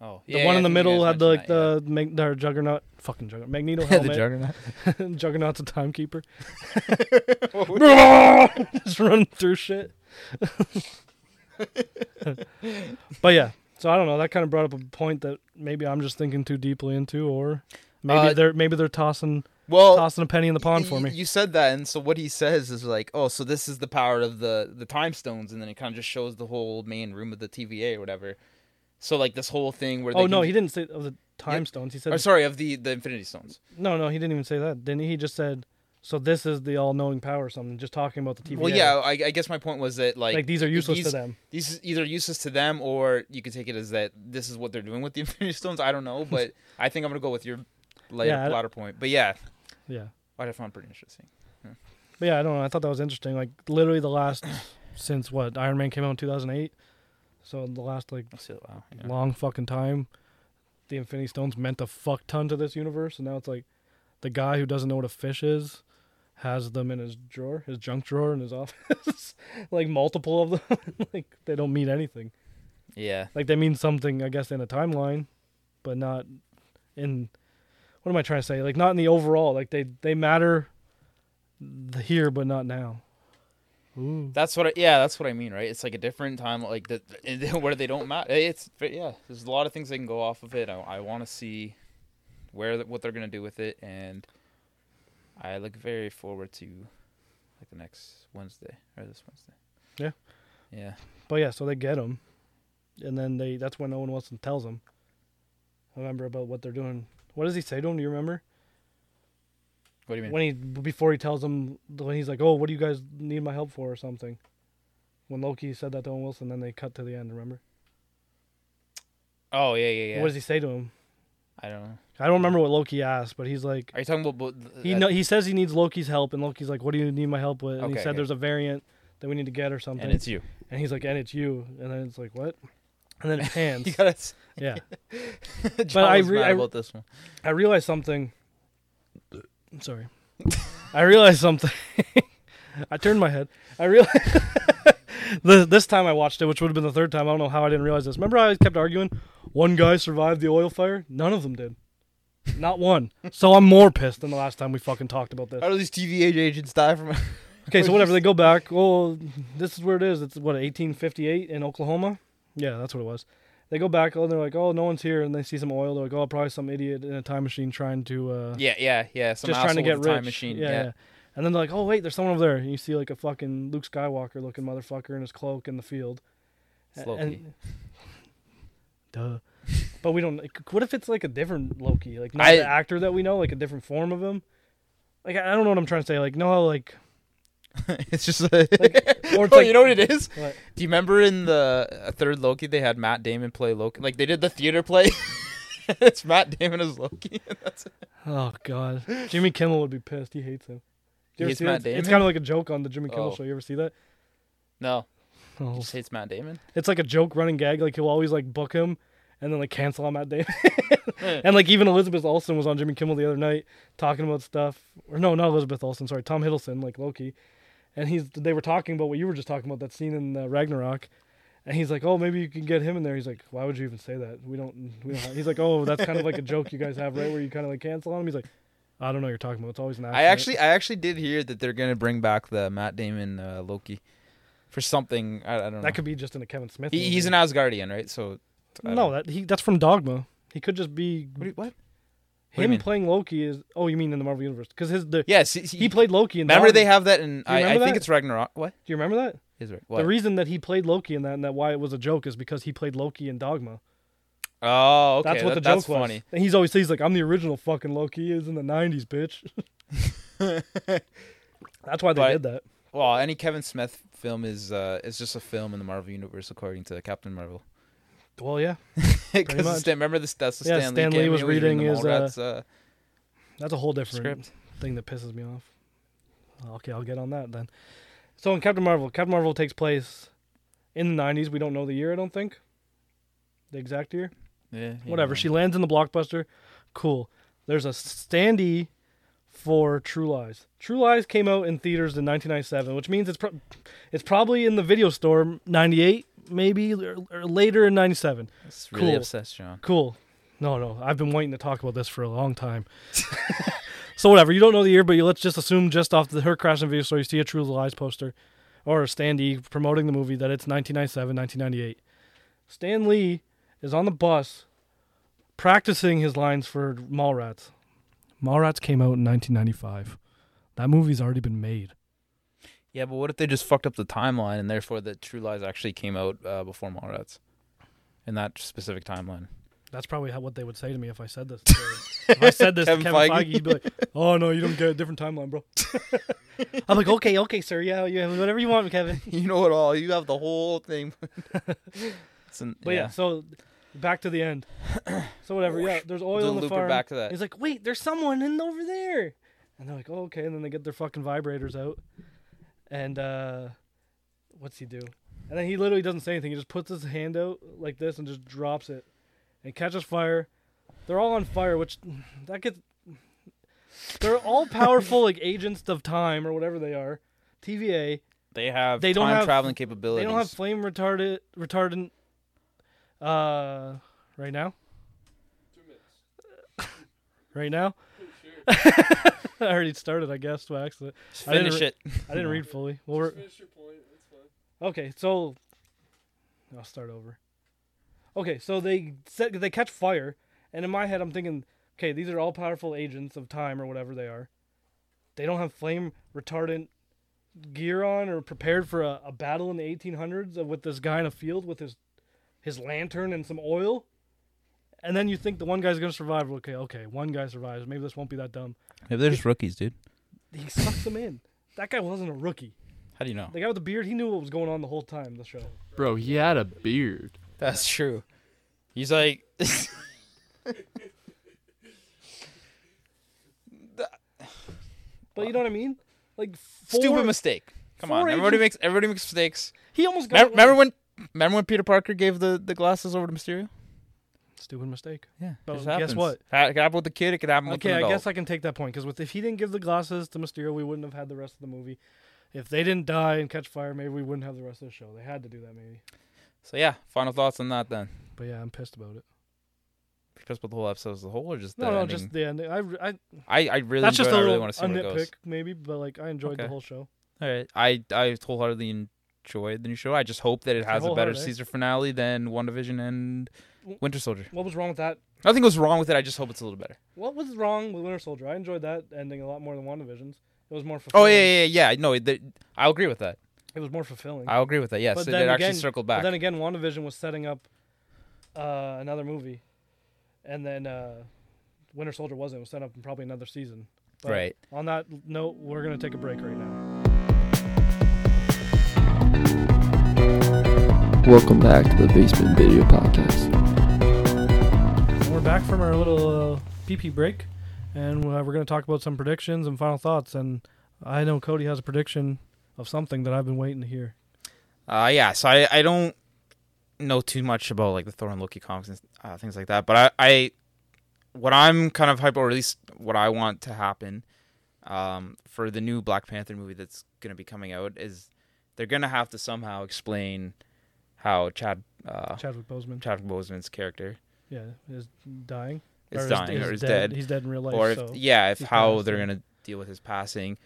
Oh, The yeah, one yeah, I in think the you middle guys had the, like mentioned that, the mag- their Juggernaut, fucking Juggernaut, [LAUGHS] Magneto yeah. helmet. juggernaut. [LAUGHS] Juggernaut's [LAUGHS] a timekeeper. [LAUGHS] Just running through shit. [LAUGHS] but yeah, so I don't know. That kind of brought up a point that maybe I'm just thinking too deeply into, or maybe Uh, they're maybe they're tossing Well, tossing a penny in the pond for y- me. You said that, and so what he says is like, "Oh, so this is the power of the the time stones," and then it kind of just shows the whole main room of the TVA or whatever. So like this whole thing where they oh no, can- he didn't say of the time Yep. stones. He or said sorry, of the the Infinity Stones. no, no, he didn't even say that. Didn't he? He just said so. This is the all-knowing power or something. Just talking about the TV. Well, yeah, I, I guess my point was that like like, these are useless these, to them. These is either useless to them, or you could take it as that this is what they're doing with the [LAUGHS] Infinity Stones. I don't [LAUGHS] know, but I think I'm gonna go with your later, Yeah, I- latter point. But yeah, Yeah, I found pretty interesting. but yeah, I don't know. I thought that was interesting. Like literally the last [COUGHS] since what Iron Man came out in 2008. So the last like Let's see, wow, yeah. long fucking time. The Infinity Stones meant a fuck ton to this universe, and now it's like the guy who doesn't know what a fish is has them in his drawer, his junk drawer in his [LAUGHS] office, like multiple of them. [LAUGHS] like they don't mean anything. Yeah. Like they mean something, I guess, in a timeline, but not in. What am I trying to say? Like not in the overall. Like they they matter th- here, but not now. Ooh. That's what, I, yeah, that's what I mean, right? It's like a different time, like the, [LAUGHS] where they don't matter. It's but yeah, there's a lot of things they can go off of it. I, I want to see where the- what they're gonna do with it, and I look very forward to like the next Wednesday or this Wednesday. Yeah. yeah. But yeah, so they get him, and then they that's when Owen Wilson tells them. Remember about what they're doing. What does he say to him? Do you remember What do you mean? when he before he tells them when he's like, "Oh, what do you guys need my help for?" or something. When Loki said that to Owen Wilson, then they cut to the end. Remember? oh yeah, yeah, yeah. What does he say to him? I don't know. I don't remember what Loki asked, but he's like, Are you talking about? both- uh, he that- know, he says he needs Loki's help, and Loki's like, "What do you need my help with?" And he Okay, said, okay. "There's a variant that we need to get or something." and it's [LAUGHS] you. And he's like, "And it's you," and then it's like, "What?" [LAUGHS] And then it pans. You [LAUGHS] got yeah. But I I re- I- about this one. I realized something. I'm sorry. I realized something. [LAUGHS] I turned my head. I [LAUGHS] realized the, this time I watched it, which would have been the third time. I don't know how I didn't realize this. Remember, I kept arguing. One guy survived the oil fire. None of them did. Not one. So I'm more pissed than the last time we fucking talked about this. How do these TVA agents die from? Uh, Okay, so whatever they go back. Oh, this is where it is. It's what 1858 in Oklahoma. Yeah, that's what it was. They go back. Oh, they're like, oh, no one's here, and they see some oil. They're like, oh, probably some idiot in a time machine trying to. Uh, yeah, yeah, yeah. Some just trying to asshole get with a rich. time machine. Yeah, yeah. And then they're like, oh wait, there's someone over there. And you see like a fucking Luke Skywalker looking motherfucker in his cloak in the field. A- It's Loki. and- [LAUGHS] duh. But we don't. Like, what if it's like a different Loki, like not I- the actor that we know, like a different form of him? like I I don't know what I'm trying to say. Like no, [LAUGHS] how like it's just a, or or [LAUGHS] it's oh, like- you know what it is? what? Do you remember in the uh, third Loki they had Matt Damon play Loki? Like they did the theater play. [LAUGHS] it's Matt Damon as Loki. That's it. Oh God, Jimmy Kimmel would be pissed. He hates him. He Do you ever hates see Matt that? It's- It's Damon? kind of like a joke on the Jimmy Kimmel Oh. show. You ever see that? No, he Oh. just hates Matt Damon. It's like a joke running gag. Like he'll always like book him, and then like cancel on Matt Damon. [LAUGHS] and like even Elizabeth Olsen was on Jimmy Kimmel the other night talking about stuff. Or no, not Elizabeth Olsen. Sorry, Tom Hiddleston, like Loki. And he's they were talking about what you were just talking about that scene in uh, Ragnarok. And he's like, "Oh, maybe you can get him in there." He's like, "Why would you even say that? We don't." We don't have-" He's like, "Oh, that's kind of like a joke you guys have, right? Where you kind of like cancel on him." He's like, "I don't know what you're talking about. It's always an I actually, accident." I actually did hear that they're gonna bring back the Matt Damon uh, Loki for something. I, I don't know. that could be just in a Kevin Smith. he, he's an movie. Asgardian, right? So I don't- no. That he that's from Dogma. He could just be What? do you- what? do you him mean? playing Loki is. Oh, you mean in the Marvel universe? Because his the Yes, he, he played Loki in. Remember Dogma. they have that in. you I, I remember think that? it's Ragnarok. What Do you remember that? is it? The What? reason that he played Loki in that and that why it was a joke is because he played Loki in Dogma. oh, okay. That's what that- the joke that's was. funny. And he's always he's like, I'm the original fucking Loki. Is in the '90s, [LAUGHS] bitch. That's why they But- did that. Well, any Kevin Smith film is uh, is just a film in the Marvel universe, according to Captain Marvel. Well, yeah, much. [LAUGHS] Because remember this? That's the Yeah, Stan, Stan Lee cameo, was he reading reading the his, Mallrats, uh, that's a whole different script. thing that pisses me off. Okay, I'll get on that then. So in Captain Marvel, Captain Marvel takes place in the '90s. We don't know the year. I don't think the exact year. Yeah, yeah, whatever. yeah. She lands in the blockbuster. Cool. There's a standee for True Lies. True Lies came out in theaters in 1997, which means it's pro- it's probably in the video store 98, maybe or, or later in 97. It's really Cool. obsessed, John. Cool. No, no, I've been waiting to talk about this for a long time. [LAUGHS] so whatever. You don't know the year, but you, let's just assume just off the her crashing video store, you see a True Lies poster or a standee promoting the movie that it's 1997, 1998. Stan Lee is on the bus practicing his lines for Mallrats. Mallrats came out in 1995. That movie's already been made. Yeah, but what if they just fucked up the timeline and therefore the True Lies actually came out uh, before Mallrats in that specific timeline? That's probably how, what they would say to me if I said [LAUGHS] this. to- [LAUGHS] if I said this Kevin to Kevin Feige. Feige. he'd be like, "Oh no, you don't get a different timeline, bro." I'm like, "Okay, okay, sir. Yeah, yeah, whatever you want, Kevin." [LAUGHS] You know it all. You have the whole thing. [LAUGHS] it's an, But yeah, so back to the end. So whatever. Yeah, there's oil The in the looper farm. back to that. He's like, "Wait, there's someone in over there," and they're like, "Oh, okay." And then they get their fucking vibrators out, and uh, what's he do? And then he literally doesn't say anything. He just puts his hand out like this and just drops it, and catches fire. They're all on fire, which that gets. They're all powerful like agents of time or whatever they are, TVA. They have They don't time have- traveling They capabilities. don't have flame retardant retardant uh right now. [LAUGHS] right now? [LAUGHS] I already started, I guess, by accident. Just I didn't finish re- it. I didn't read fully. Well, we're, okay, so I'll start over. Okay, so they set, they catch fire, and in my head, I'm thinking, okay, these are all powerful agents of time or whatever they are. They don't have flame retardant gear on or prepared for a, a battle in the 1800s with this guy in a field with his his lantern and some oil. And then you think the one guy's gonna survive. Okay, okay, one guy survives. Maybe this won't be that dumb. Maybe they're just rookies, dude. He sucks them in. That guy wasn't a rookie. How do you know? The guy with the beard, he knew what was going on the whole time. The show. Bro, he had a beard. That's true. He's like. [LAUGHS] But you know what I mean? Like four, Stupid mistake. Come on, four everybody agents- makes everybody makes mistakes. He almost Remember, got it right. remember when? Remember when Peter Parker gave the, the glasses over to Mysterio? Stupid mistake. Yeah, But guess what? Ha- It could happen with the kid. It could happen with Okay, an I adult. guess I can take that point because if he didn't give the glasses to Mysterio, we wouldn't have had the rest of the movie. If they didn't die and catch fire, maybe we wouldn't have the rest of the show. They had to do that, maybe. So yeah, final thoughts on that then. But yeah, I'm pissed about it. You pissed about the whole episode as a whole, or just the No, no, ending? just the ending. I, I, I I really that's enjoy it. just I a really little want to see a where it goes. nitpick, maybe, but like I enjoyed the Okay. whole show. All right, I I wholeheartedly enjoyed the new show. I just hope that it Your has a whole better heart, eh? Caesar finale than WandaVision and W- Winter Soldier. What was wrong with that? Nothing was wrong with it. I just hope it's a little better. What was wrong with Winter Soldier? I enjoyed that ending a lot more than WandaVision's. It was more Oh fulfilling. yeah, yeah, yeah. yeah. No, the, I'll agree with that. It was more fulfilling. I'll agree with that. Yes, But it, then it actually again- circled But back. then again, WandaVision was setting up uh, another movie, and then uh, Winter Soldier wasn't. It was set up in probably another season. But Right. On that note, we're gonna take a break right now. Welcome back to the Basement Video Podcast. We're back from our little uh, PP break, and uh, we're gonna talk about some predictions and final thoughts. And I know Cody has a prediction of something that I've been waiting to hear. Uh, yeah, so I, I don't know too much about like the Thor and Loki comics and uh, things like that, but I, I what I'm kind of hype, or at least what I want to happen um, for the new Black Panther movie that's gonna be coming out is they're gonna have to somehow explain how Chad uh, Chadwick Boseman. Chadwick Boseman's character yeah, is dying. is dying or is dead, He's dead in real life. or if, so. yeah, if he's how passed, they're yeah. gonna deal with his passing.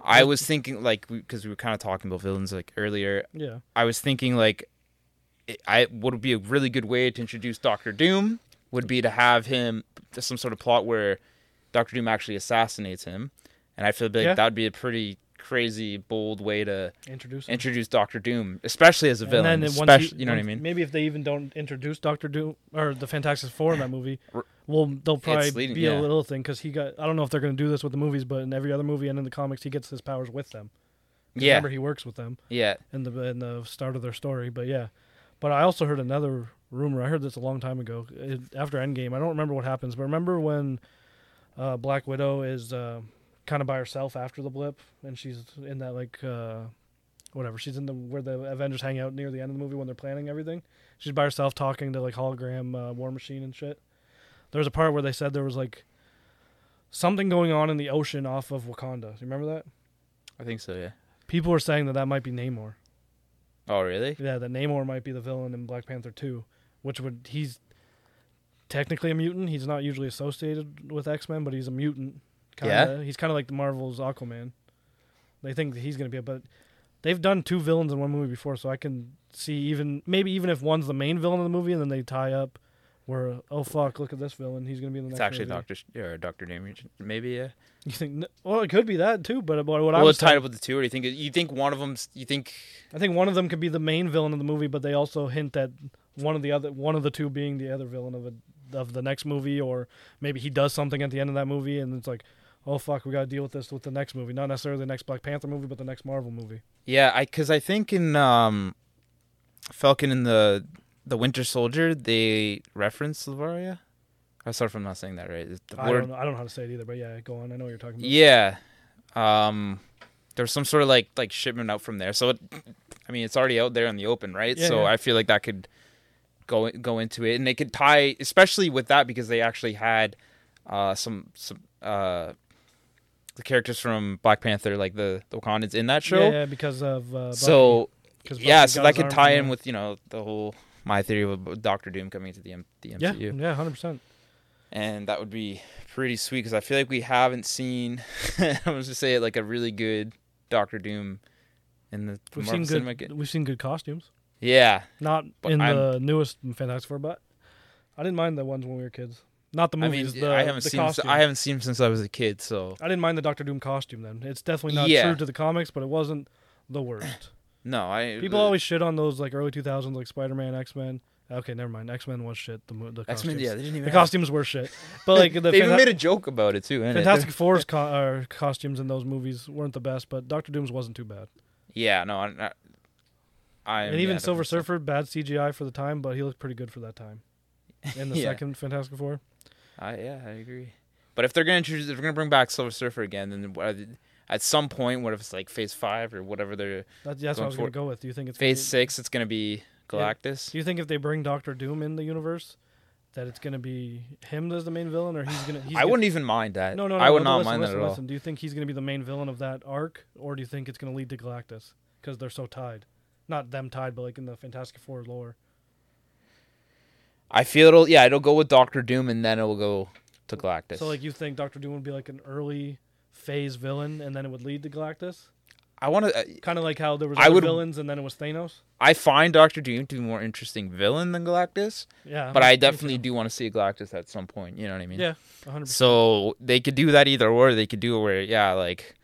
I was thinking like because we were kind of talking about villains like earlier. yeah. I was thinking like, it, I would be a really good way to introduce Doctor Doom would be to have him to some sort of plot where Doctor Doom actually assassinates him, and I feel like Yeah. that would be a pretty crazy bold way to Introduce him. introduce Doctor Doom, especially as a villain. And then it- once especially, you know what I once- mean? Maybe if they even don't introduce Doctor Doom or the Fantastic Four [LAUGHS] in that movie, R- well, they'll probably leading- be yeah. a little thing because he got. I don't know if they're going to do this with the movies, but in every other movie and in the comics, he gets his powers with them. 'Cause Yeah, remember he works with them yeah. in the in the start of their story. But yeah, but I also heard another rumor. I heard this a long time ago it, after Endgame. I don't remember what happens, but remember when uh, Black Widow is uh, kind of by herself after the blip, and she's in that like uh, whatever. She's in the where the Avengers hang out near the end of the movie when they're planning everything. She's by herself talking to like hologram uh, War Machine and shit. There was a part where they said there was like something going on in the ocean off of Wakanda. You remember that? I think so. Yeah. People were saying that that might be Namor. Oh really? Yeah, that Namor might be the villain in Black Panther 2, which would he's technically a mutant. He's not usually associated with X Men, but he's a mutant. Kinda. He's kind of like the Marvel's Aquaman. They think that he's gonna be, a, but they've done two villains in one movie before, so I can see even maybe even if one's the main villain of the movie and then they tie up where oh fuck look at this villain he's gonna be in the It's next actually movie. Doctor or Doctor Doom. Maybe yeah. You think? Well, it could be that too, but but what I well, was it's tied saying- up with the two. Or you think you think one of them? You think I think one of them could be the main villain of the movie, but they also hint that one of the other one of the two being the other villain of a, of the next movie, or maybe he does something at the end of that movie, and it's like, oh fuck, we gotta deal with this with the next movie, not necessarily the next Black Panther movie, but the next Marvel movie. Yeah, I because I think in um, Falcon and the the Winter Soldier they reference Silvaria. I'm sorry if I'm not saying that right. It's The I word- don't know, I don't know how to say it either, but yeah, go on. I know what you're talking about. yeah, um, there's some sort of like like shipment out from there. So it, I mean, it's already out there in the open, right? Yeah, so yeah. I feel like that could go go into it, and they could tie, especially with that because they actually had uh some some uh the characters from Black Panther, like the the Wakandans, in that show. Yeah, yeah, because of uh, Bucky. so 'Cause yeah, Bucky so got that his could arm tie from in the- with you know the whole my theory of Doctor Doom coming into the, M- the yeah, MCU, yeah, hundred percent. and that would be pretty sweet because I feel like we haven't seen. [LAUGHS] I'm going to say it like a really good Doctor Doom in the We've Marvel seen Cinematic- good. We've seen good costumes, Yeah, not But in I'm- the newest Fantastic Four, but I didn't mind the ones when we were kids. Not the I movies. mean, the, I haven't the seen costumes. I haven't seen him since I was a kid, so I didn't mind the Doctor Doom costume then. It's definitely not Yeah. true to the comics, but it wasn't [CLEARS THROAT] the worst. no, I People always shit on those like early 2000s, like Spider Man, X Men. Okay, never mind. X Men was shit. The, mo- the X costumes. Men. Yeah, they didn't even. The have- costumes were shit. But like [LAUGHS] the they even Fanta- made a joke about it too. innit? Fantastic Four's co- uh, costumes in those movies weren't the best, but Doctor Doom's wasn't too bad. Yeah, no, I. I I'm- and yeah, even I Silver don't- Surfer, bad CGI for the time, but he looked pretty good for that [LAUGHS] time. In the Yeah. second Fantastic Four, I yeah, I agree. But if they're gonna introduce, if they're gonna bring back Silver Surfer again, then what- at some point, what if it's like Phase Five or whatever they're that, that's what Going I was gonna for- go with. Do you think it's gonna Phase be- Six, it's gonna be Galactus. Do you think if they bring Doctor Doom in the universe, that it's gonna be him as the main villain, or he's gonna? He's [SIGHS] I gonna- wouldn't even mind that. No, no, no. I would no, not listen, mind listen, that at listen. Do you think he's going to be the main villain of that arc, or do you think it's going to lead to Galactus? Because they're so tied. Not them tied, but like in the Fantastic Four lore. all. I feel it'll yeah, it'll go with Doctor Doom, and then it'll go to Galactus. So like you think Doctor Doom would be like an early phase villain, and then it would lead to Galactus, I want to. kind of like how there was I other would- villains, and then it was Thanos. I find Doctor Doom to be a more interesting villain than Galactus, Yeah, but me- I Uh-huh. me definitely too. do want to see Galactus at some point. You know what I mean? Yeah, 100. percent So they could do that either, or they could do it where, yeah, like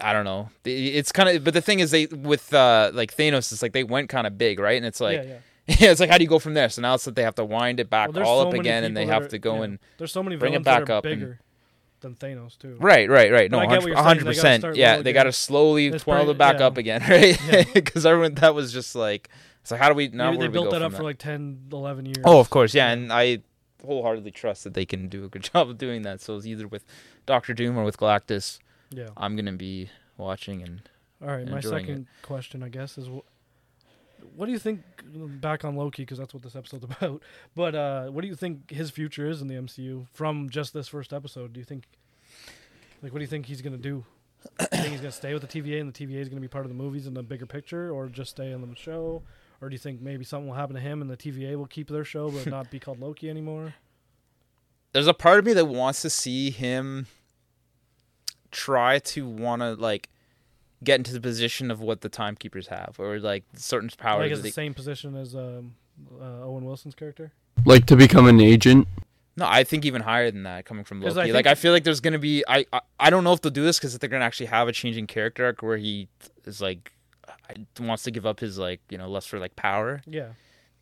I don't know. It- It's kind of, but the thing is, they with uh like Thanos, it's like they went kind of big, right? And it's like, yeah, yeah. yeah, [LAUGHS] it's like how do you go from there? So now it's that they have to wind it back Well, there's all so up many again, and they people that have are- to go yeah. and There's so many bring it villains that back are up and- bigger. than Thanos too. Right, right, right. No, But I get what you're saying. They gotta 100 percent. start Yeah, low they again. got to slowly That's twirl probably- it back yeah. up again, [LAUGHS] right? Because everyone that was just like, it's like, how do we now? Maybe where they do we built go that from up for like 10, 11 years. Oh, of course, yeah, and I wholeheartedly trust that they can do a good [LAUGHS] job of doing that. So it's either with Doctor Doom or with Galactus. Yeah. I'm gonna be watching, and All right. My enjoying it. second question, I guess, is wh- what do you think back on Loki because that's what this episode's [LAUGHS] about. But uh, what do you think his future is in the MCU from just this first episode? Do you think like what do you think he's gonna do? Do you think he's gonna stay with the TVA and the TVA is gonna be part of the movies and the bigger picture, or just stay on the show? Or do you think maybe something will happen to him and the TVA will keep their show but not be called [LAUGHS] Loki anymore? there's a part of me that wants to see him try to want to like get into the position of what the timekeepers have, or like certain powers. Like that is the they- same position as um, uh, Owen Wilson's character? Like to become an agent? No, I think even higher than that coming from 'Cause Loki. I like think- I feel like there's gonna be I I, I don't know if they'll do this because they're gonna actually have a changing character arc where he is like I- wants to give up his like you know lust for like power. Yeah.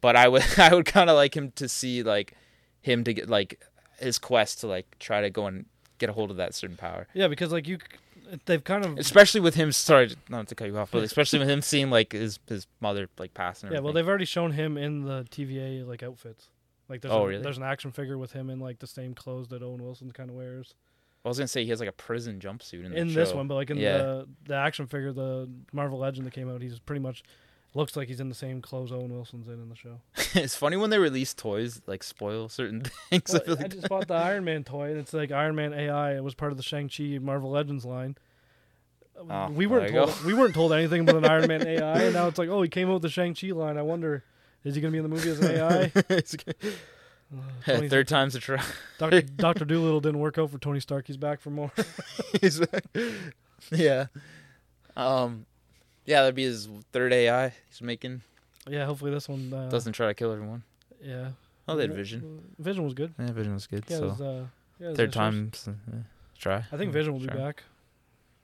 But I would [LAUGHS] I would kind of like him to see like him to get like his quest to like try to go and get a hold of that certain power. Yeah, because like you, c- they've kind of Especially with him, sorry not to cut you [LAUGHS] off, but especially with him seeing like his his mother like passing. and Yeah, well, everything. they've already shown him in the TVA like outfits. Like there's Oh, a- really? there's an action figure with him in like the same clothes that Owen Wilson kind of wears I was gonna say he has like a prison jumpsuit in, in, the this show. one, but like in Yeah. the the action figure, the Marvel Legend that came out, he's pretty much looks like he's in the same clothes Owen Wilson's in in [LAUGHS] the show. [LAUGHS] it's funny when they release toys like spoil certain things. I Well, feel I like just bought the Iron Man toy, and it's like Iron Man AI. It was part of the Shang Chi Marvel Legends line. Oh, we well, weren't there you told we weren't told anything about an Iron [LAUGHS] Man AI, and now it's like, oh, he came out with the Shang Chi line. I wonder, is he gonna be in the movie as an AI? [LAUGHS] It's good. Tony- Third time's a try. [LAUGHS] Doctor Doctor Doolittle didn't work out for Tony Stark. He's back for more. [LAUGHS] yeah. Um, yeah, that'd be his third AI he's making. yeah, hopefully this one uh, Doesn't try to kill everyone. Yeah. Oh, they had Yeah, Vision. Vision was good. Yeah, Vision was good. Yeah, it so was, uh, yeah, it was third issues. time's uh, yeah, try. I think Vision will be Sure. back.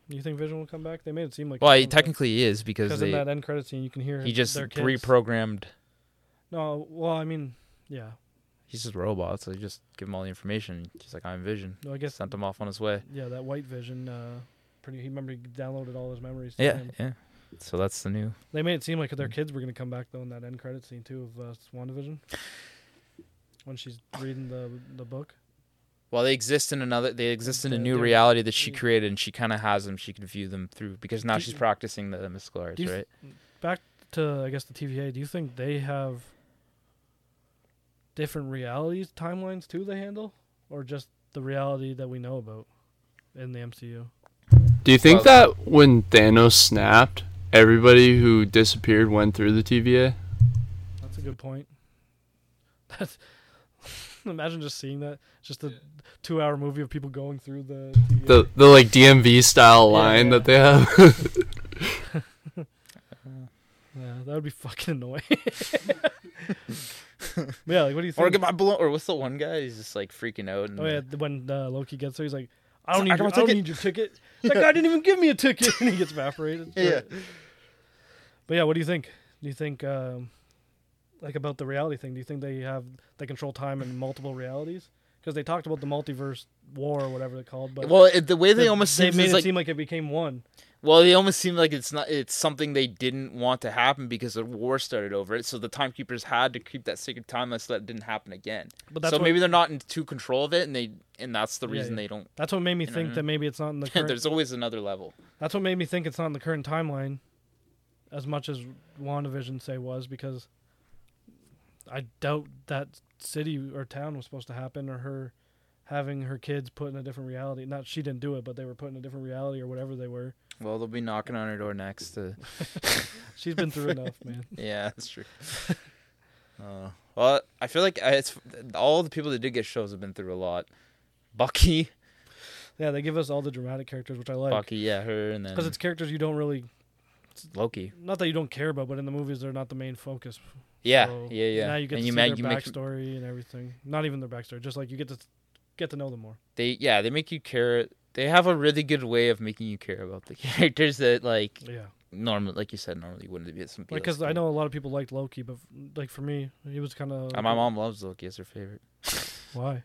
You think Vision will come back? They made it seem like. Well, he technically is because Because in they that end credit scene, you can hear he his- just their kids. reprogrammed. No, well, I mean, yeah. He's just a robot, so you just give him all the information. Just like I'm Vision, No, I guess. sent him off on his way. Yeah, that White Vision. Uh, pretty. He remember he downloaded all his memories. to Yeah, Mm. him. yeah. So that's the new. They made it seem like their kids were gonna come back though in that end credit scene too of uh, WandaVision. When she's reading the the book. Well, they exist in another. They exist in a The new different- reality that she yeah. created, and she kind of has them. She can view them through because now Do- she's practicing the mystical arts, do you right? th- back to I guess the TVA. Do you think they have different realities timelines too they handle, or just the reality that we know about in the MCU? Do you think Well- that when Thanos snapped, everybody who disappeared went through the TVA? That's a good point. [LAUGHS] That's [LAUGHS] imagine just seeing that. Just a two-hour movie of people going through the TVA. The the like DMV style Yeah, line yeah. that they have. [LAUGHS] yeah, that would be fucking annoying. [LAUGHS] yeah, like what do you think? Or get my balloon. Or what's the one guy? He's just like freaking out. And, Oh yeah, th- when uh, Loki gets there, he's like, "I He's don't need, like, your, "I I got my don't need your ticket." [LAUGHS] That guy didn't even give me a ticket, [LAUGHS] and he gets evaporated. Yeah. But yeah, what do you think? Do you think, um, like, about the reality thing? Do you think they have they control time in multiple realities? Because they talked about the multiverse war or whatever they called, but Well, it, the way they almost they seems made is it like seem like it became one. well, they almost seem like it's not. It's something they didn't want to happen because a war started over it. So the timekeepers had to keep that sacred timeline so that didn't happen again. But that's so what, maybe they're not in too control of it, and they and that's the Yeah, reason yeah. they don't. that's what made me you know what think I that maybe it's [LAUGHS] not in the current. There's always another level. that's what made me think it's not in the current timeline, as much as WandaVision say was because I doubt that city or town was supposed to happen or her having her kids put in a different reality. Not she didn't do it, but they were put in a different reality or whatever they were. Well, they'll be knocking on her door next. To, She's been through enough, man. yeah, that's true. [LAUGHS] Uh, well, I feel like uh, it's all the people that did get shows have been through a lot. Bucky, Yeah, they give us all the dramatic characters, which I like Bucky, yeah, her, and then because it's characters you don't really. Loki. Not that you don't care about, but in the movies they're not the main focus. Yeah, So yeah, yeah. Now you get and to you see ma- their you make backstory and everything. Not even their backstory, just like you get to get to know them more. they yeah they make you care. They have a really good way of making you care about the [LAUGHS] characters that like Yeah. normally, like you said, normally wouldn't be some people. because I Uh, know a lot of people liked Loki, but like for me, he was kind of. [LAUGHS] my mom loves Loki as her favorite. [LAUGHS] Why?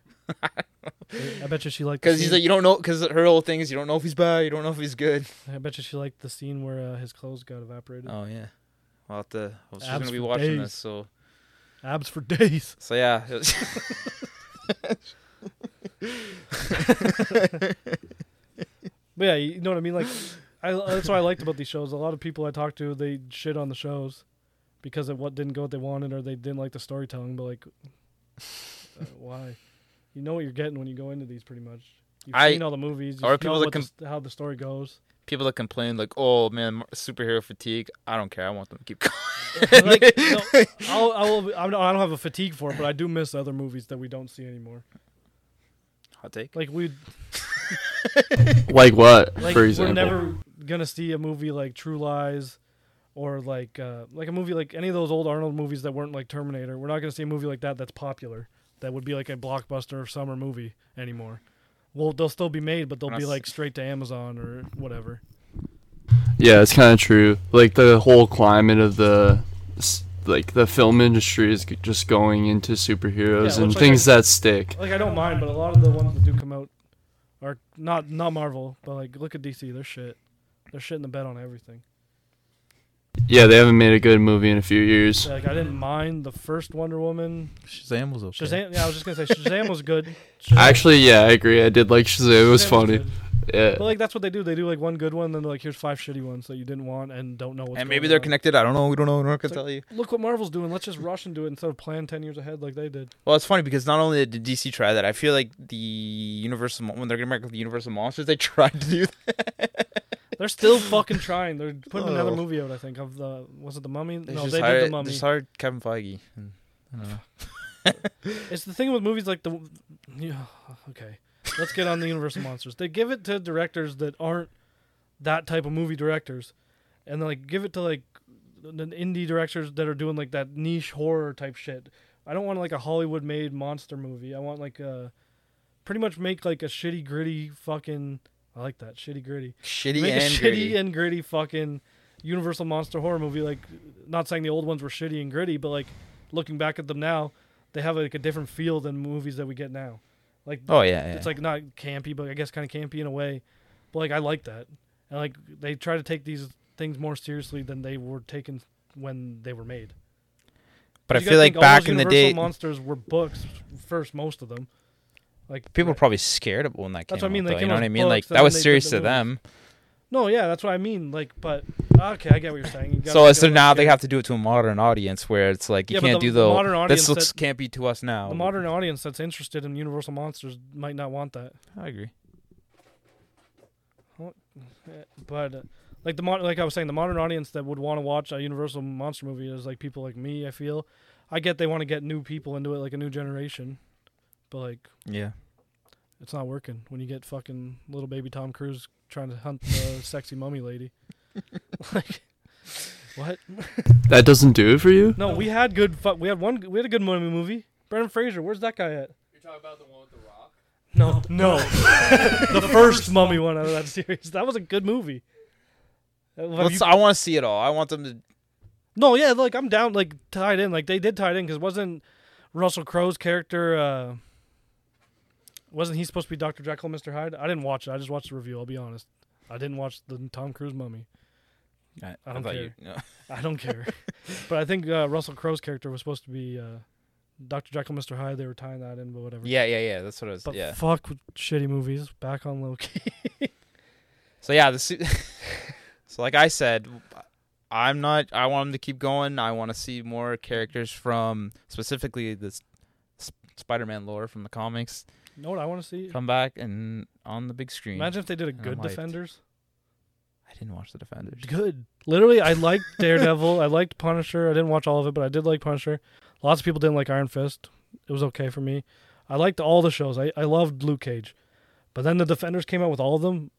I bet you she liked. the Because he's scene- like, you don't know. Because her whole thing is, you don't know if he's bad, you don't know if he's [LAUGHS] good. I bet you she liked the scene where uh, his clothes got evaporated. Oh yeah, I'll have to. I was just Abs gonna be for watching days. this, so Abs for [LAUGHS] days. so [LAUGHS] yeah. But yeah, you know what I mean. Like, I, that's what I liked about these shows. A lot of people I talked to, they shit on the shows because of what didn't go what they wanted or they didn't like the storytelling. But like, uh, why? You know what you're getting when you go into these, pretty much. You've I- seen all the movies. You Or know people that what com- the s- how the [LAUGHS] story goes. People that complain like, "Oh man, superhero fatigue." I don't care. I want them to keep [LAUGHS] going. like, no, [LAUGHS] I'll, I will. I'm, I don't have a fatigue for it, but I do miss other movies that we don't see anymore. Hot take. Like we, Like what? like for we're example, never gonna see a movie like True Lies, or like uh, like a movie like any of those old Arnold movies that weren't like Terminator. We're not gonna see a movie like that that's popular. That would be like a blockbuster summer movie anymore. Well, they'll still be made, but they'll We're be not like s- straight to Amazon or whatever. yeah, it's kind of true. Like the whole climate of the s- like the film industry is g- just going into superheroes Yeah, and looks like things a- that stick. Like I don't mind, but a lot of the ones that do come out are not not Marvel, but like look at DC. They're shit. They're shit in the bed on everything. Yeah, they haven't made a good movie in a few years. Like I didn't mind the first Wonder Woman. [LAUGHS] Shazam was okay. Shazam. Yeah, I was just gonna say Shazam was good. [LAUGHS] Shazam, Actually, yeah, I agree. I did like Shazam. It was Shazam funny. good. Yeah. But like that's what they do. They do like one good one, then they're like here's five shitty ones that you didn't want and don't know. [LAUGHS] What's and maybe going they're on. connected. I don't know. We don't know. We're not gonna It's tell you. Look what Marvel's doing. Let's just rush and do it instead of plan ten years ahead like they did. Well, it's funny because not only did DC try that, I feel like the Universal Mon- when they're gonna make the Universal monsters, they [LAUGHS] tried to do. They're [LAUGHS] still fucking trying. They're putting another Oh. movie out. I think of the was it the Mummy? They no, just they hired, did the They Mummy. just hired Kevin Feige. And, I don't know. It's the thing with movies like the. Yeah, okay, let's get on the Universal monsters. They give it to directors that aren't that type of movie directors, and they like give it to like the indie directors that are doing like that niche horror type shit. I don't want like a Hollywood made monster movie. I want like a pretty much make like a shitty gritty fucking. I like that shitty gritty. Shitty make a and shitty gritty. and gritty fucking Universal monster horror movie. Like, not saying the old ones were shitty and gritty, but like looking back at them now, they have like a different feel than movies that we get now. Like, oh yeah, yeah. it's like not campy, but I guess kind of campy in a way. But like, I like that, and like they try to take these things more seriously than they were taken when they were made. but I You gotta feel like think all those back in the Universal day, monsters were books first, most of them. Like people were right. probably scared of when that came That's what I mean, out. they though, came you know out what I with mean? Like books, that then was they did serious the to them. no, yeah, that's what I mean. Like, but okay, I get what you're [LAUGHS] saying. You gotta So make so it now less they scary. have to do it to a modern audience where it's like you Yeah, but can't the do the modern audience this looks that- can't be to us now. The modern audience that's interested in Universal monsters might not want that, I agree. but uh, like the mod- like I was saying, the modern audience that would want to watch a Universal monster movie is like people like me. I feel, I get they want to get new people into it, like a new generation, but like Yeah. it's not working when you get fucking little baby Tom Cruise trying to [LAUGHS] hunt the sexy mummy lady. like, what? That doesn't do it for you? No, we had good. Fu- we had one. We had a good mummy movie. Brendan Fraser, where's that guy at? You're talking about the one with the rock? No, no. [LAUGHS] the first Mummy one out of that series. That was a good movie. Uh, have Let's, you- I want to see it all. I want them to. no, yeah, like I'm down, like tied in. Like they did tie it in because wasn't Russell Crowe's character? uh Wasn't he supposed to be Doctor Jekyll, and Mister Hyde? I didn't watch it. I just watched the review. I'll be honest. I didn't watch the Tom Cruise Mummy. I, I don't thought You, no. I don't care. but I think uh, Russell Crowe's character was supposed to be uh Doctor Jekyll, Mister Hyde. They were tying that in, but whatever. [LAUGHS] Yeah, yeah, yeah. That's what I was. But yeah. fuck with shitty movies. Back on Loki. So yeah, the su- [LAUGHS] so like I said, I'm not. I want them to keep going. I want to see more characters from specifically the s- s- Spider-Man lore from the comics [LAUGHS] you know what I want to see? come back and on the big screen. Imagine if they did a I'm good hyped. Defenders. I didn't watch the Defenders. Good. Literally, I liked Daredevil. I liked Punisher. I didn't watch all of it, but I did like Punisher. Lots of people didn't like Iron Fist. It was okay for me. I liked all the shows. I, I loved Luke Cage. But then the Defenders came out with all of them.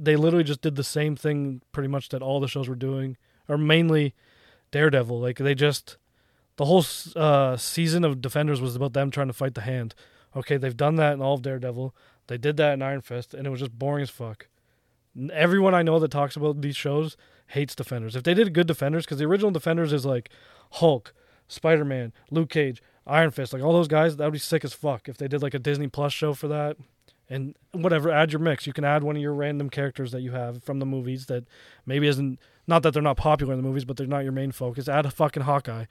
They literally just did the same thing pretty much that all the shows were doing, or mainly Daredevil. Like, they just. The whole s- uh, season of Defenders was about them trying to fight the hand. Okay, they've done that in all of Daredevil. They did that in Iron Fist, and it was just boring as fuck. N- Everyone I know that talks about these shows hates Defenders. If they did good Defenders, because the original Defenders is like Hulk, Spider Man, Luke Cage, Iron Fist, like all those guys, that would be sick as fuck if they did like a Disney Plus show for that. And whatever, add your mix. You can add one of your random characters that you have from the movies that maybe isn't not that they're not popular in the movies, but they're not your main focus. Add a fucking Hawkeye,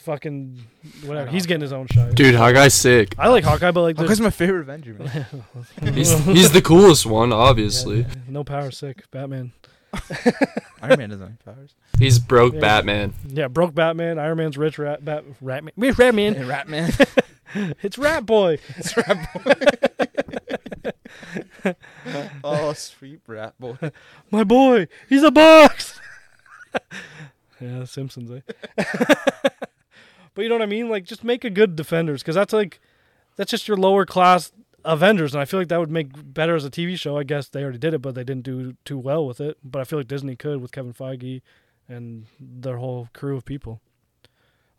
fucking whatever. He's getting his own shot. Dude, Hawkeye's sick. I like Hawkeye, but like there's Hawkeye's my favorite Avenger, man. He's, [LAUGHS] he's the coolest one, obviously. no power, sick Batman. [LAUGHS] Iron Man doesn't have [LAUGHS] powers. He's broke Yeah. Batman. Yeah, broke Batman, Iron Man's rich rat, bat, rat man, rich rat [LAUGHS] man. And Ratman. It's Rat Boy. It's Rat Boy. oh, sweet Rat Boy. my boy, he's a box. [LAUGHS] yeah, Simpsons, eh? [LAUGHS] but you know what I mean? Like, just make a good Defenders because that's like, that's just your lower class Avengers, and I feel like that would make better as a TV show. I guess they already did it, but they didn't do too well with it. But I feel like Disney could with Kevin Feige and their whole crew of people,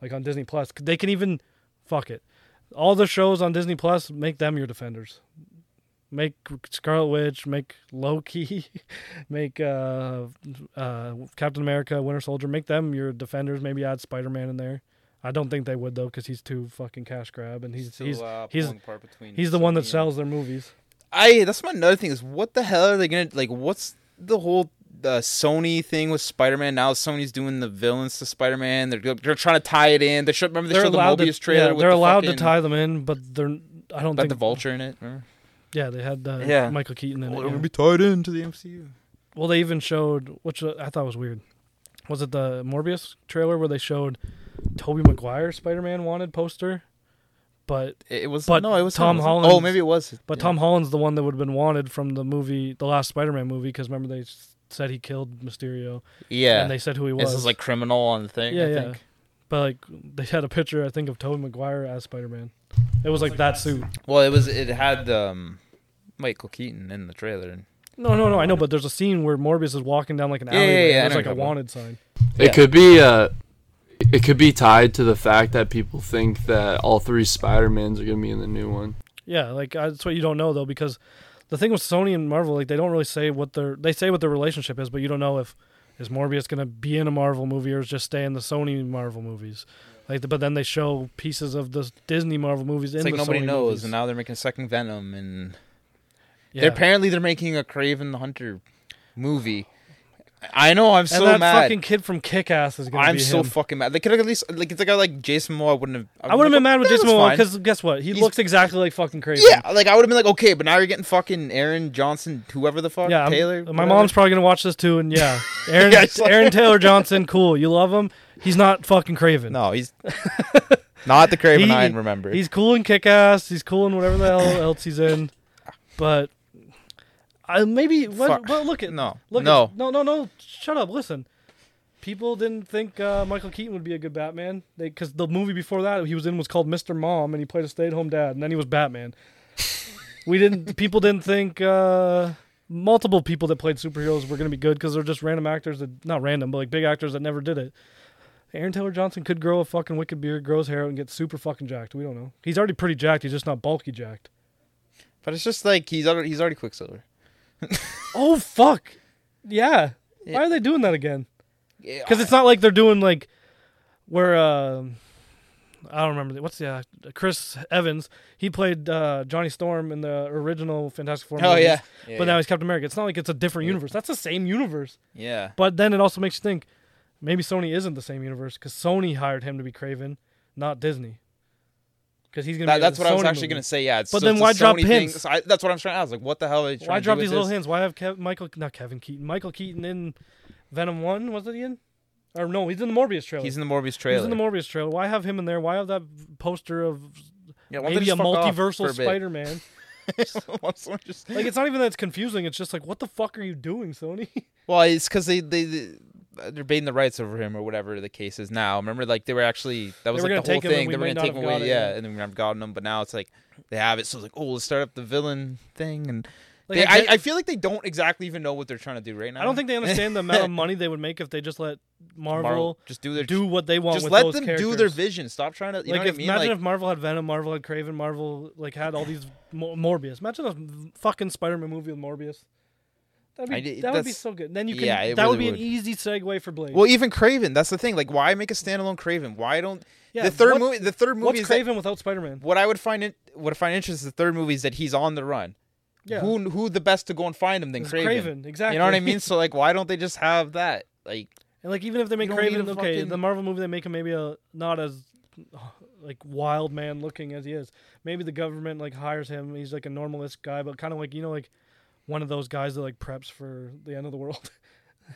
like on Disney Plus. They can even fuck it. All the shows on Disney Plus make them your Defenders. Make Scarlet Witch, make Loki, [LAUGHS] make uh, uh, Captain America, Winter Soldier, make them your defenders. Maybe add Spider Man in there. I don't think they would though, because he's too fucking cash grab, and [LAUGHS] he's Still, he's uh, he's- pulling apart between he's the one that Sony and- sells their movies. I that's my another thing is what the hell are they gonna like? What's the whole uh, Sony thing with Spider-Man? Now Sony's doing the villains to Spider-Man. They're they're trying to tie it in. They should remember they showed the Mobius to, trailer. yeah, with they're the allowed fucking- to tie them in, but they're I don't about think the Vulture in it. remember? Yeah, they had uh, Yeah. Michael Keaton in Well, it. they're yeah. gonna be tied into the MCU. Well, they even showed which uh, I thought was weird. Was it the Morbius trailer where they showed Toby Maguire Spider Man wanted poster, but It, it was But no, it was Tom it was- Holland's- Oh, maybe it was. But yeah. Tom Holland's the one that would have been wanted from the movie, the last Spider-Man movie, because remember they s- said he killed Mysterio, yeah, and they said who he was. this is like criminal on the thing. Yeah, I yeah. think. but like they had a picture, I think, of Tobey Maguire as Spider-Man. It was like that suit. Well, it was. It had um, Michael Keaton in the trailer. And, No, no, no. I know, but there's a scene where Morbius is walking down like an Yeah, alleyway. yeah, yeah, I and know There's like what a you're wanted sign. Yeah. It could be uh it could be tied to the fact that people think that all three Spider-Mans are going to be in the new one. Yeah, like I, that's what you don't know though, because the thing with Sony and Marvel, like they don't really say what their they say what their relationship is, but you don't know if is Morbius gonna be in a Marvel movie or is just stay in the Sony Marvel movies. Like, but then they show pieces of the Disney Marvel movies it's in like the nobody Sony knows, movies. and now they're making a second Venom, and yeah. they're, apparently they're making a Craven the Hunter movie. I know. I'm and so that mad. fucking kid from Kick Ass is gonna I'm be so him. fucking mad. They could have at least like it's like a guy like Jason Momoa wouldn't have. I would have been mad with "That Jason was Momoa fine." because guess what? He He's- looks exactly like fucking crazy. Yeah, like I would have been like, okay, but now you're getting fucking Aaron Johnson, whoever the fuck, Yeah, I'm- Taylor. my whatever. mom's probably gonna watch this too, and [LAUGHS] yeah, Aaron, Yeah, it's like- Aaron Taylor Johnson, cool. You love him. He's not fucking Craven. No, [LAUGHS] he's not the Craven He- I remember. He's cool in Kick Ass. He's cool in whatever the hell else he's in. [LAUGHS] But I maybe what, Fuck. but look at no, look no. at, no no no shut up listen. People didn't think uh, Michael Keaton would be a good Batman because the movie before that he was in was called Mr. Mom and he played a stay-at-home dad and then he was Batman. we didn't [LAUGHS] people didn't think uh, multiple people that played superheroes were going to be good because they're just random actors that not random but like big actors that never did it. Aaron Taylor Johnson could grow a fucking wicked beard, grow his hair out, and get super fucking jacked. We don't know. He's already pretty jacked. He's just not bulky jacked. but it's just like he's already, he's already Quicksilver. Oh fuck! Yeah. Yeah. Why are they doing that again? Yeah, Because it's not like they're doing like where um I don't remember the- what's the uh, Chris Evans. He played uh, Johnny Storm in the original Fantastic Four. oh movies, yeah, yeah, But yeah. now he's Captain America. It's not like it's a different Yeah. universe. That's the same universe. yeah. But then it also makes you think maybe Sony isn't the same universe because Sony hired him to be Craven, not Disney. Because he's gonna. That- be that's a what I was Sony actually movie. gonna say. Yeah, it's, But so then it's a why drop Sony thing. hints? So I, that's what I'm trying to ask. Like, what the hell are they trying Why to drop do with these little this? hints? Why have Kev- Michael not Kevin Keaton? Michael Keaton in Venom One was it in? Or no, he's in the Morbius trailer. He's in the Morbius trailer. He's in the Morbius trailer. Why have him in there? Why have that poster of yeah, why don't they maybe a just fuck off for multiversal a bit? Spider-Man? [LAUGHS] Why someone just- like it's not even that it's confusing. It's just like what the fuck are you doing, Sony? [LAUGHS] Well, it's because they they. they uh, they're baiting the rights over him or whatever the case is now. Remember, like they were actually that was like were gonna the whole take him and thing. we They were might gonna not take him have away, got it, yeah, yeah. and then we haven't gotten him. But now it's like they have it, so it's like, oh, let's start up the villain thing. And Like, they, I I, get- I feel like they don't exactly even know what they're trying to do right now. I don't think they understand the amount of money they would make if they just let Marvel, just do their do what they want just with let those them characters. do their vision. Stop trying to you know like what I if, mean. imagine Like, if Marvel had Venom, Marvel had Craven, Marvel like had all these Mo- Morbius. Imagine a fucking Spider-Man movie with Morbius. That'd be, I did- that would be that's- so good. Then you can. yeah, that it would be really an would. easy segue for Blade. Well, even Craven. That's the thing. Like, why make a standalone Craven? Why don't yeah, the third what- movie? The third movie What's is that- Craven without Spider-Man? what I would find it. What I find interesting is the third movie is that he's on the run. Yeah, Who who the best to go and find him than it's Craven? Exactly. You know what I mean? So like, why don't they just have that? Like, [LAUGHS] [LAUGHS] And like, even if they make don't need Craven, a okay, fucking- the Marvel movie they make him maybe a not as [SIGHS] like wild man looking as he is. Maybe the government like hires him. He's like a normalist guy, but kind of like you know like one of those guys that like preps for the end of the world. [LAUGHS]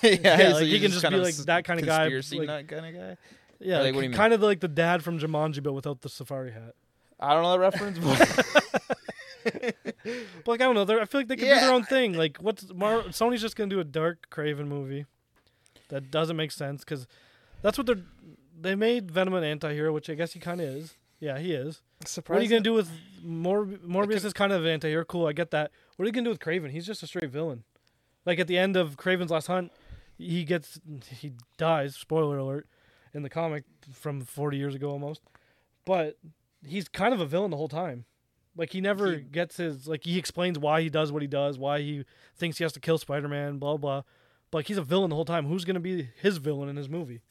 yeah, Yeah, so like, you're he can just kind be, of like, s- that kinda guy, conspiracy like- nut kind of guy. yeah, Like, what do you mean? kind of like the dad from Jumanji, but without the safari hat. I don't know that reference. But [LAUGHS] But like I don't know, they're- I feel like they could do Yeah. their own thing. Like what's Mar- Sony's just gonna do a dark Craven movie that doesn't make sense because that's what they're they made Venom an anti-hero, which I guess he kind of is. Yeah, he is. Surprise! [LAUGHS] What are you gonna do with Mor- Morbius? Is kind of an anti-hero. Cool, I get that. What are you gonna do with Craven? He's just a straight villain. Like at the end of Craven's Last Hunt, he gets he dies. Spoiler alert! In the comic from 40 years ago almost, but he's kind of a villain the whole time. Like he never He- gets his like he explains why he does what he does, why he thinks he has to kill Spider-Man, blah blah. But like, he's a villain the whole time. Who's gonna be his villain in his movie?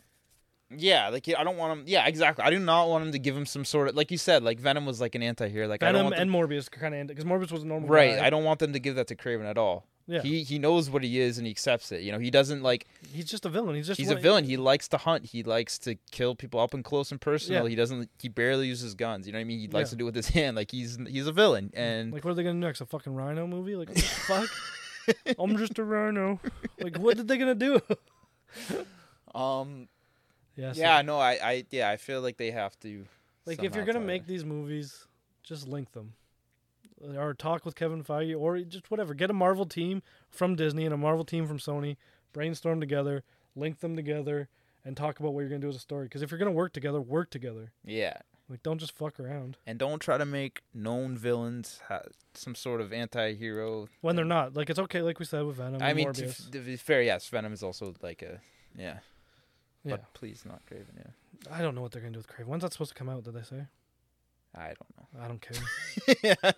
Yeah, like I don't want him. Yeah, exactly. I do not want him to give him some sort of like you said. Like Venom was like an anti-hero. Like I don't Venom want them, and Morbius kind of because Morbius was a normal right. guy. I don't want them to give that to Craven at all. Yeah. He he knows what he is and he accepts it. You know, he doesn't like he's just a villain. He's just he's a one- villain. He likes to hunt. He likes to kill people up and close and personal. Yeah. He doesn't. He barely uses guns. You know what I mean? He likes Yeah. Mm-hmm. to do it with his [LAUGHS] hand. Like he's he's a villain. And Like, what are they gonna do next? A fucking rhino movie? Like, what [LAUGHS] the fuck? I'm just a rhino. Like, what did they gonna do? [LAUGHS] um, yeah. so, yeah, no, I I yeah, I feel like they have to. like, if somehow you're gonna tie it. make these movies, just link them, or talk with Kevin Feige, or just whatever. Get a Marvel team from Disney and a Marvel team from Sony. Brainstorm together, link them together, and talk about what you're gonna do as a story. Because if you're gonna work together, work together. yeah, Like, don't just fuck around and don't try to make known villains ha- some sort of anti-hero when they're not. Like, it's okay. Like we said with Venom. I and mean, to, Morbius. f- to be fair, yes, Venom is also like a yeah, yeah. but please not Craven. Yeah, I don't know what they're gonna do with Craven. When's that supposed to come out? Did they say? I don't I don't care. [LAUGHS] know.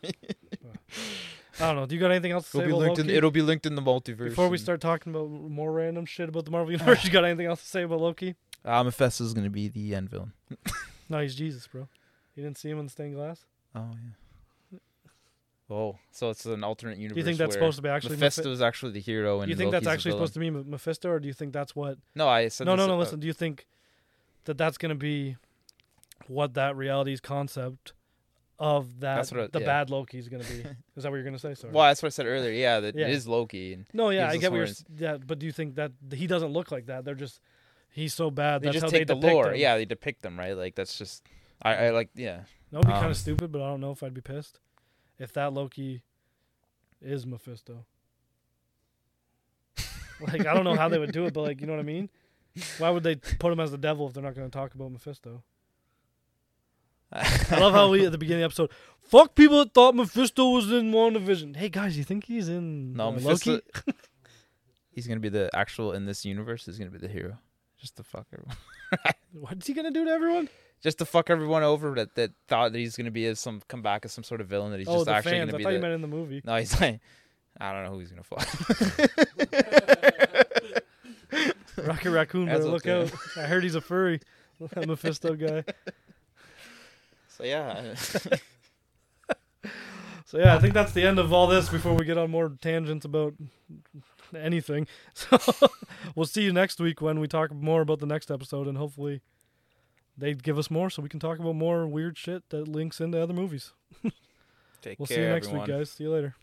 I don't know. Do you got anything else to it'll say be about linked in. Loki? It'll be linked in the multiverse. Before we and- start talking about more random shit about [LAUGHS] the Marvel Universe, you got anything else to say about Loki? Ah, Mephisto is gonna be the end villain. No, he's Jesus, bro. You didn't see him in stained glass. Oh yeah. Oh, so it's an alternate universe. Do you think that's where supposed to be actually? Mephisto Mephi- is actually the hero, and do you think that's Loki's the actually villain. supposed to be Me- Mephisto, or do you think that's what? No, I said No, no, this, no. uh, Listen, do you think that that's gonna be what that reality's concept of that That's what I- the yeah. bad Loki's gonna [LAUGHS] be? Is that what you're gonna say? Sorry. Well, that's what I said earlier. Yeah, that Yeah. it is Loki, and No, Gives yeah, I us get what you're. horns. s- Yeah, but do you think that he doesn't look like that? They're just he's so bad. they that's just how take they the depict lore. him. Yeah, they depict them right. Like that's just. I, I like yeah. That would be Um, kind of stupid, but I don't know if I'd be pissed if that Loki is Mephisto. [LAUGHS] [LAUGHS] like I don't know how they would do it, but like you know what I mean. Why would [LAUGHS] they put him as the devil if they're not going to talk about Mephisto? I love how we at the beginning of the episode, fuck people that thought Mephisto was in WandaVision. Hey guys, you think he's in No, uh, Mephisto- Loki? He's gonna be the actual in this universe. He's gonna be the hero, just to fuck everyone, What's he going to do to everyone? just to fuck everyone over that that thought that he's gonna be as some come back as some sort of villain that he's oh, just the actually fans. I gonna be. thought you the- meant in [LAUGHS] the movie. no, he's like, I don't know who he's gonna [LAUGHS] fuck. [LAUGHS] Rocket Raccoon, As better well, look yeah. out. I heard he's a furry. [LAUGHS] That Mephisto guy. so yeah, [LAUGHS] So yeah, I think that's the end of all this before we get on more tangents about anything. [LAUGHS] So we'll see you next week when we talk more about the next episode and hopefully they give us more so we can talk about more weird shit that links into other movies. take We'll care, see you next everyone. week guys. See you later.